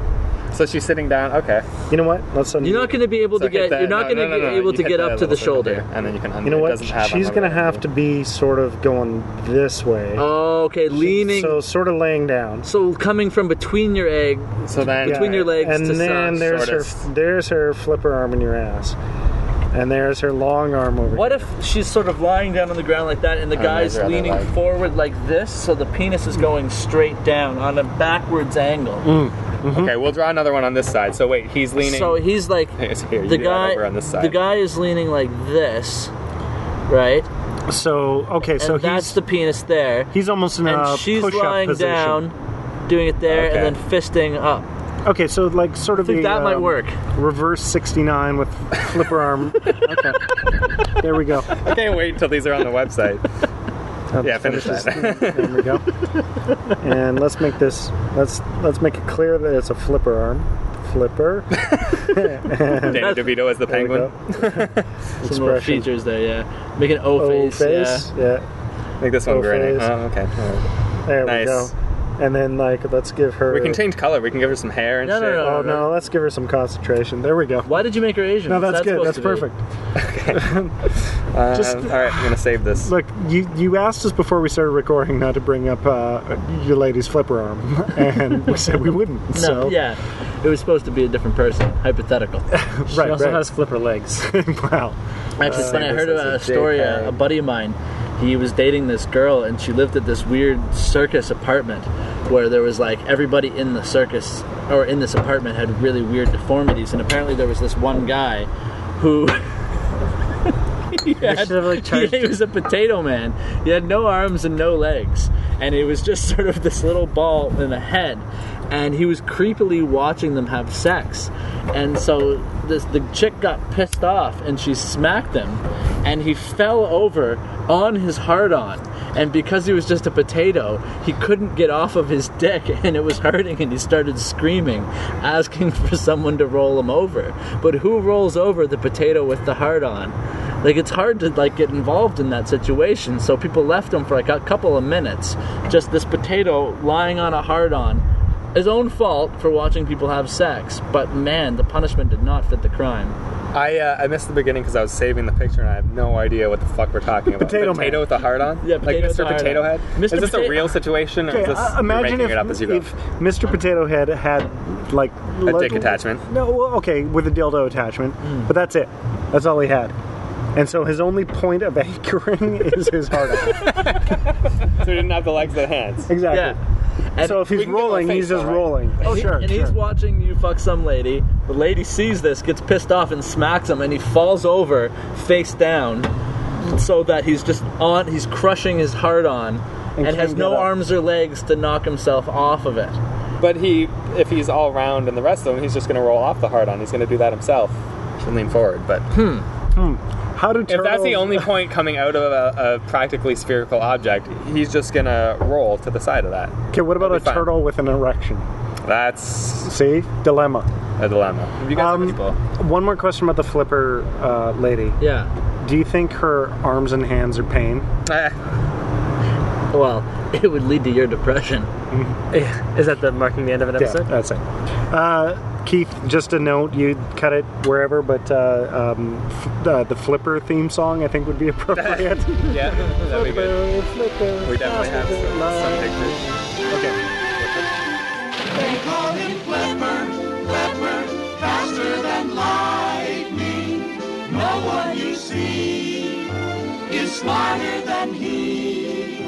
S7: So she's sitting down. Okay.
S8: You know what? Let's. undo
S9: You're not
S8: it.
S9: going to be able
S7: So
S9: to
S7: hit
S9: get.
S7: that-
S9: You're not
S7: no,
S9: going
S7: no,
S9: to
S7: no,
S9: be
S7: no,
S9: able
S7: you
S9: to
S7: hit
S9: get
S7: that
S9: up to
S7: little
S9: the
S7: thing
S9: shoulder.
S7: there, and then you can. Undo.
S8: You know
S7: It
S8: what?
S7: doesn't have
S8: She's
S7: another
S8: gonna have to
S7: undo.
S8: be sort of going this way.
S9: Oh, Okay, leaning.
S8: So
S9: So,
S8: sort of laying down.
S9: coming from between your egg,
S7: So then uh,
S9: between your legs
S8: and
S9: to
S8: then
S9: suck.
S8: there's
S7: Sort
S8: her
S7: of.
S8: there's her flipper arm in your ass and there's her long arm over
S9: What if she's sort of lying down on the ground like that, and the
S7: And
S9: guy's
S7: there's her other
S9: leaning
S7: leg.
S9: forward like this, so the penis is going straight down on a backwards angle.
S7: Okay, we'll draw another one on this side. So wait, he's leaning.
S9: So he's like,
S7: It's here, you
S9: the
S7: do that
S9: guy,
S7: over on this side.
S9: the guy is leaning like this, right?
S8: here so okay so
S9: and that's
S8: he's
S9: the penis there,
S8: he's almost in a
S9: and she's
S8: push-up
S9: lying
S8: position
S9: down, doing it there,
S7: Okay.
S9: and then fisting up.
S8: okay so like sort of
S9: I think
S8: a,
S9: that might
S8: um,
S9: work.
S8: reverse 69 with flipper arm okay there we go
S7: I can't wait until these are on the website.
S8: I'll
S7: yeah,
S8: just
S7: finish that.
S8: this. there we go and let's make this let's let's make it clear that it's a flipper arm flipper
S7: Danny DeVito as the
S8: There we
S7: penguin.
S8: go.
S9: Some little
S8: expression.
S9: features there, yeah. Make an O
S8: oh
S9: face, yeah.
S8: face yeah,
S7: Make this one
S8: Go
S7: grinning.
S8: face.
S7: Oh, okay. All right.
S8: there we
S7: Nice.
S8: go and then like let's give her.
S7: We can change color. We can give her some hair and
S8: No,
S7: shit.
S8: no, no, oh, no, Let's give her some concentration. There we go.
S9: Why did you make her Asian?
S8: No,
S7: What's
S8: that's
S7: that
S8: good. That's
S7: supposed to
S8: perfect.
S7: Uh,
S8: Just-
S7: all right, I'm gonna save this.
S8: Look, you you asked us before we started recording not to bring up uh, your lady's flipper arm, and we said we wouldn't.
S9: No,
S8: so
S9: yeah. It was supposed to be a different person, hypothetical.
S8: She Right, also right. has
S10: flipper legs.
S8: wow.
S9: Actually, it's funny. I
S8: Uh,
S9: heard about a story. uh, A, a buddy of mine, he was dating this girl, and she lived at this weird circus apartment where there was like everybody in the circus or in this apartment had really weird deformities, and apparently there was this one guy who. he, had, he was a potato man. He had no arms and no legs, and it was just sort of this little ball in a head. And he was creepily watching them have sex, and so this the chick got pissed off and she smacked him, and he fell over on his hard on. And because he was just a potato, he couldn't get off of his dick, and it was hurting, and he started screaming, asking for someone to roll him over. But who rolls over the potato with the hard on? like it's hard to like get involved in that situation so people left him for like a couple of minutes just this potato lying on a hard on his own fault for watching people have sex but man the punishment did not fit the crime
S7: I uh, I missed the beginning because I was saving the picture and I have no idea what the fuck we're talking about.
S8: Potato
S7: potato
S8: man.
S7: with a heart on.
S8: Yeah,
S7: like
S8: potato with a
S7: Mr.
S8: heart
S7: Potato
S8: on.
S7: Head.
S8: Mr.
S7: Is this
S8: Pota-
S7: a real situation? or
S8: Okay,
S7: is this
S8: uh,
S7: you're
S8: imagine
S7: making
S8: if,
S7: it up as you go?
S8: if Mr. Potato Head had like
S7: A dick attachment. Mm.
S8: No, well, okay, with a dildo attachment, but that's it. That's all he had. And so his only point of anchoring is his hard on.
S7: so he didn't have the legs, the hands.
S8: Exactly. so if
S9: we
S8: he's
S9: can give him a
S8: rolling,
S9: face
S8: he's just
S9: though, right?
S8: rolling.
S9: and,
S8: Oh,
S9: he-
S8: sure.
S9: and he's watching you fuck some lady the lady sees this gets pissed off and smacks him and he falls over face down so that he's just on he's crushing his hard on and,
S7: can't
S9: has
S7: get
S9: no
S7: up.
S9: arms or legs to knock himself off of it
S7: But he, if he's all round and the rest of him, he's just going to roll off the hard on. He's going to do that himself. Should lean forward, but hmm.
S8: How do
S7: If that's the
S8: turtles-
S7: only point coming out of a, a practically spherical object, he's just going to roll to the side of that.
S8: Okay, what about a
S7: That'd be fine.
S8: turtle with an erection?
S7: That's
S8: see dilemma. Um,
S7: A dilemma. You guys are people.
S8: One more question about the flipper uh, lady.
S9: Yeah.
S8: Do you think her arms and hands are pain?
S9: well, it would lead to your depression.
S10: Is that the marking the end of an episode?
S8: Yeah, that's it. Uh, Keith, just a note. You cut it wherever, but uh, um, f- uh, the flipper theme song I think would be appropriate.
S7: yeah, that'd be good. We definitely have some, some pictures. Okay.
S6: They call him Flipper, Flipper, faster than lightning. No one you see is smarter than he.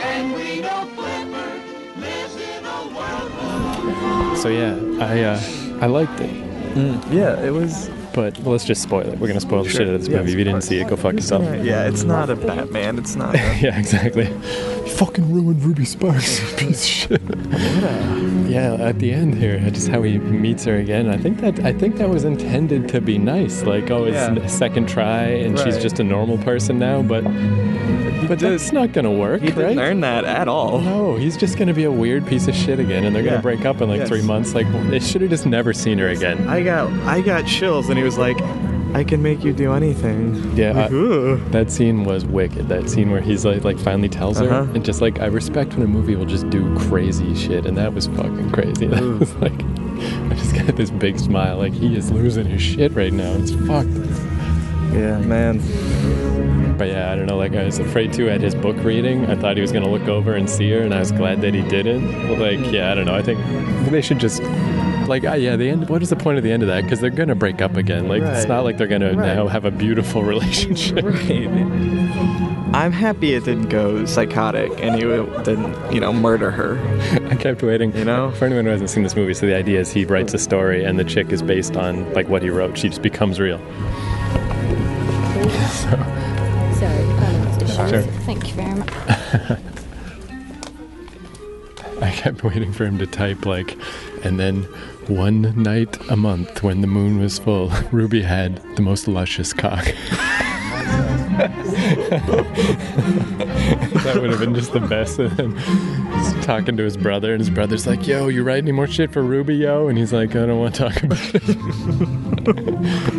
S6: And we know Flipper lives in a world
S1: So yeah, I uh, I liked it.
S2: Yeah, it was.
S1: But let's just spoil it. We're gonna spoil the
S2: Sure.
S1: shit out of this
S2: Yeah,
S1: movie. If you didn't see it, go fuck yourself.
S2: Yeah, it's not a Batman. It's not. A,
S1: yeah, exactly. You fucking ruined Ruby Sparks, you piece of shit. Yeah, at the end here, just how he meets her again. I think that I think that was intended to be nice. Like, oh, it's
S2: Yeah.
S1: a second try, and she's
S2: Right.
S1: just a normal person now. But but that's not gonna work,
S2: he
S1: right?
S2: didn't earn that at all.
S1: No, he's just gonna be a weird piece of shit again, and they're gonna
S2: Yeah.
S1: break up in like
S2: Yes.
S1: three months. Like, they should have just never seen her again.
S2: I got I got chills, and he was like, "I can make you do anything."
S1: Yeah,
S2: Like,
S1: I- that scene was wicked. That scene where he's like, like finally tells
S2: Uh-huh.
S1: her, and just like I respect when a movie will just do crazy shit, and that was fucking crazy. That was like, I just got this big smile. Like he is losing his shit right now. It's fucked.
S2: Yeah, man.
S1: But yeah, I don't know. Like I was afraid to at his book reading. I thought he was gonna look over and see her, and I was glad that he didn't. Like yeah, I don't know. I think they should just. Like ah, yeah, the end. What is the point of the end of that? Because they're gonna break up again. Like it's
S2: Right.
S1: not like they're gonna
S2: Right.
S1: now have a beautiful relationship.
S2: I'm happy it didn't go psychotic, and he didn't, you know, murder her.
S1: I kept waiting. You know, for anyone who hasn't seen this movie, so the idea is he writes a story, and the chick is based on like what he wrote. She just becomes real.
S12: Sorry, balance issues.
S1: Sure.
S12: Thank you very much.
S1: I kept waiting for him to type like, and then one night a month when the moon was full, Ruby had the most luscious cock. that would have been just the best. And then he's talking to his brother, and his brother's like, "Yo, you write any more shit for Ruby, yo?" And he's like, "I don't want to talk about it."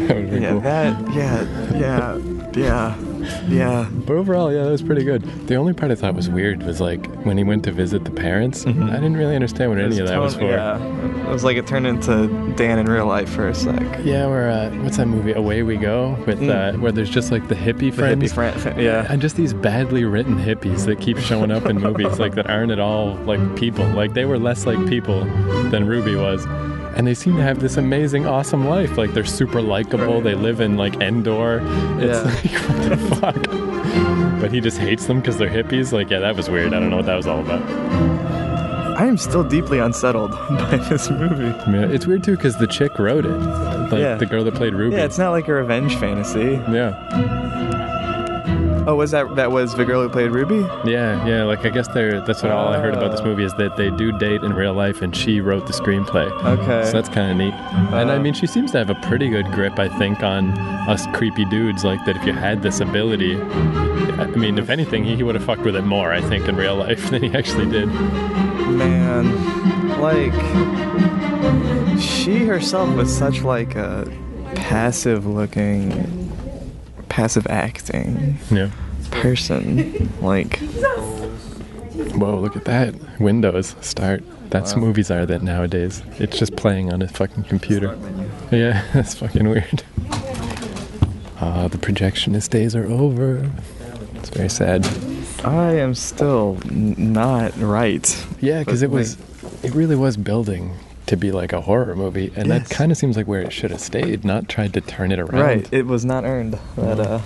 S1: that would be
S2: Yeah,
S1: cool.
S2: that. Yeah, yeah, yeah. Yeah.
S1: But overall, yeah, that was pretty good. The only part I thought was weird was like when he went to visit the parents.
S2: Mm-hmm.
S1: I didn't really understand what any of that was for.
S2: Yeah. It was like it turned into Dan in real life for a sec.
S1: Yeah, or uh, what's that movie? Away We Go, with
S2: Mm.
S1: uh, where there's just like the hippie friends,
S2: hippie fri- fi- yeah.
S1: and just these badly written hippies that keep showing up in movies like that aren't at all like people. Like they were less like people than Ruby was, and they seem to have this amazing, awesome life. Like they're super likable. They live in like Endor. It's like what the fuck. But he just hates them because they're hippies. Like yeah, that was weird. I don't know what that was all about.
S2: I am still deeply unsettled by this movie.
S1: Yeah, it's weird too because the chick wrote it, like
S2: Yeah.
S1: the girl that played Ruby.
S2: Yeah, it's not like a revenge fantasy.
S1: Yeah.
S2: Oh, was that that was the girl who played Ruby?
S1: Yeah, yeah. Like I guess they're. That's what all I heard about this
S2: Ah.
S1: movie is that they do date in real life, and she wrote the screenplay.
S2: Okay.
S1: So that's kind of neat. and I mean, she seems to have a pretty good grip, I think, on us creepy dudes. Like that, if you had this ability, I mean, if anything, he, he would have fucked with it more, I think, in real life than he actually did.
S2: Man, like she herself was such like a passive looking, passive acting
S1: yeah.
S2: person. Like,
S1: Whoa! Look at that. Windows start. That's
S2: Wow.
S1: movies are that nowadays. It's just playing on a fucking computer. Yeah, that's fucking weird. Ah, the projectionist days are over. It's very sad.
S2: I am still n- not right.
S1: Yeah, because
S2: But,
S1: it was, it really was building to be like a horror movie, and that kind of seems like where it should have stayed, not tried to turn it around.
S2: Right, it was not earned that uh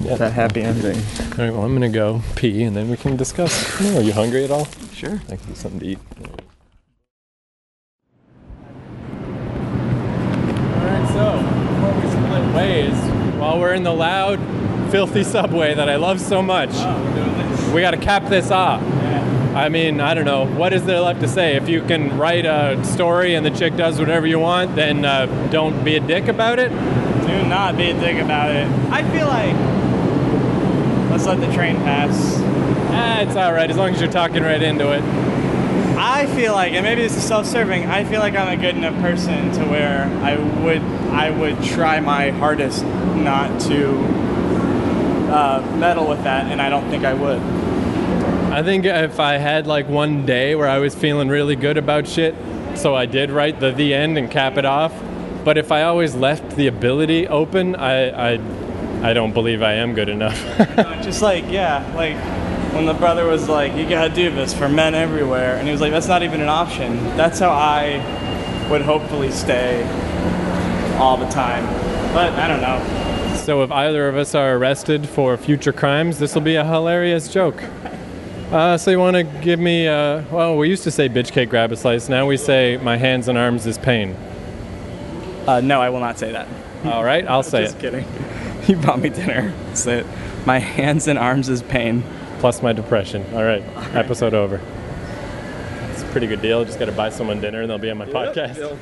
S2: that happy ending.
S1: All right. Well, I'm gonna go pee, and then we can discuss. No, are you hungry at all?
S2: Sure.
S1: I can get something to eat. Alright, so before we split ways, while we're in the loud, filthy subway that I love so much, we gotta cap this off. I mean, I don't know, what is there left to say? If you can write a story and the chick does whatever you want, then uh, don't be a dick about it.
S7: Do not be a dick about it. I feel like let's let the train pass.
S1: Ah, it's all right as long as you're talking right into it.
S7: I feel like, and maybe this is self-serving. I feel like I'm a good enough person to where I would I would try my hardest not to uh, meddle with that, and I don't think I would.
S1: I think if I had like one day where I was feeling really good about shit, so I did write the the end and cap it off. But if I always left the ability open, I I, I don't believe I am good enough.
S7: Just like yeah, like when the brother was like, "You gotta do this for men everywhere," and he was like, "That's not even an option." That's how I would hopefully stay all the time. But I don't know.
S1: so if either of us are arrested for future crimes, this will be a hilarious joke. Uh, so you want to give me? Uh, well, we used to say bitch cake grab a slice. Now we say my hands and arms is pain.
S7: Uh, no, I will not say that.
S1: All right, I'll say
S7: Just
S1: it.
S7: kidding. You bought me dinner. That's it. My hands and arms is pain.
S1: Plus my depression. All right, episode over. It's a pretty good deal. Just got to buy someone dinner and they'll be on my podcast.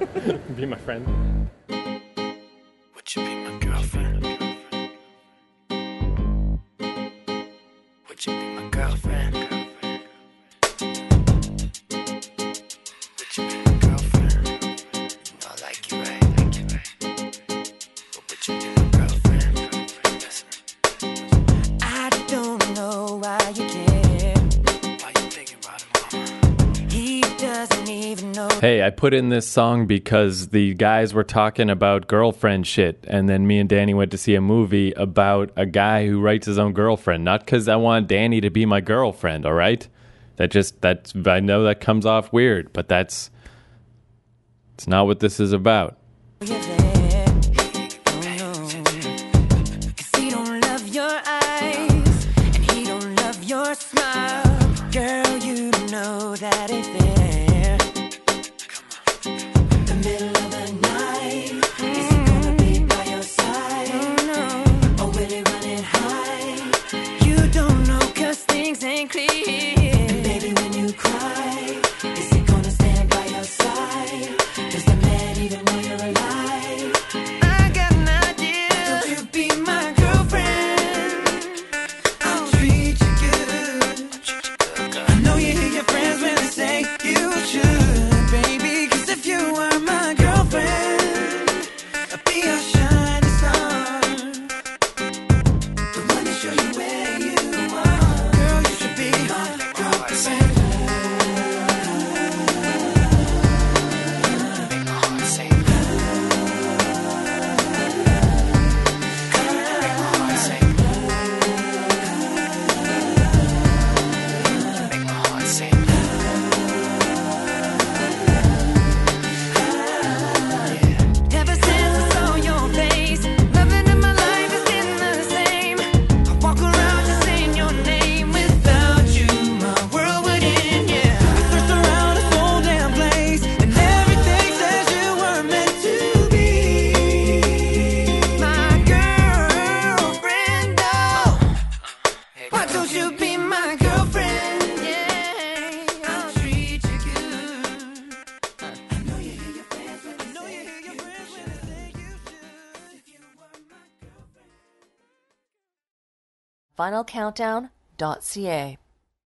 S1: be my friend.
S4: Would you be my girlfriend? Would you be my girlfriend? Would you be my girlfriend? You know I like you, right? Like you, right? But would you be my girlfriend? Listen,
S10: I don't know why you care. Why you thinking about him, mama? He doesn't even know.
S1: Hey, I put in this song because the guys were talking about girlfriend shit, and then me and Danny went to see a movie about a guy who writes his own girlfriend. Not because I want Danny to be my girlfriend, all right? That just that's I know that comes off weird, but that's it's not what this is about.
S10: Cause he don't love your eyes and he don't love your smile. Girl, you know that ain't fair. The middle of the night, is he gonna be by your side? Or will he run and hide? You don't know 'cause things ain't clear. And baby, when you cry, is he gonna stand by your side? Does the man even know you're
S13: finalcountdown.ca.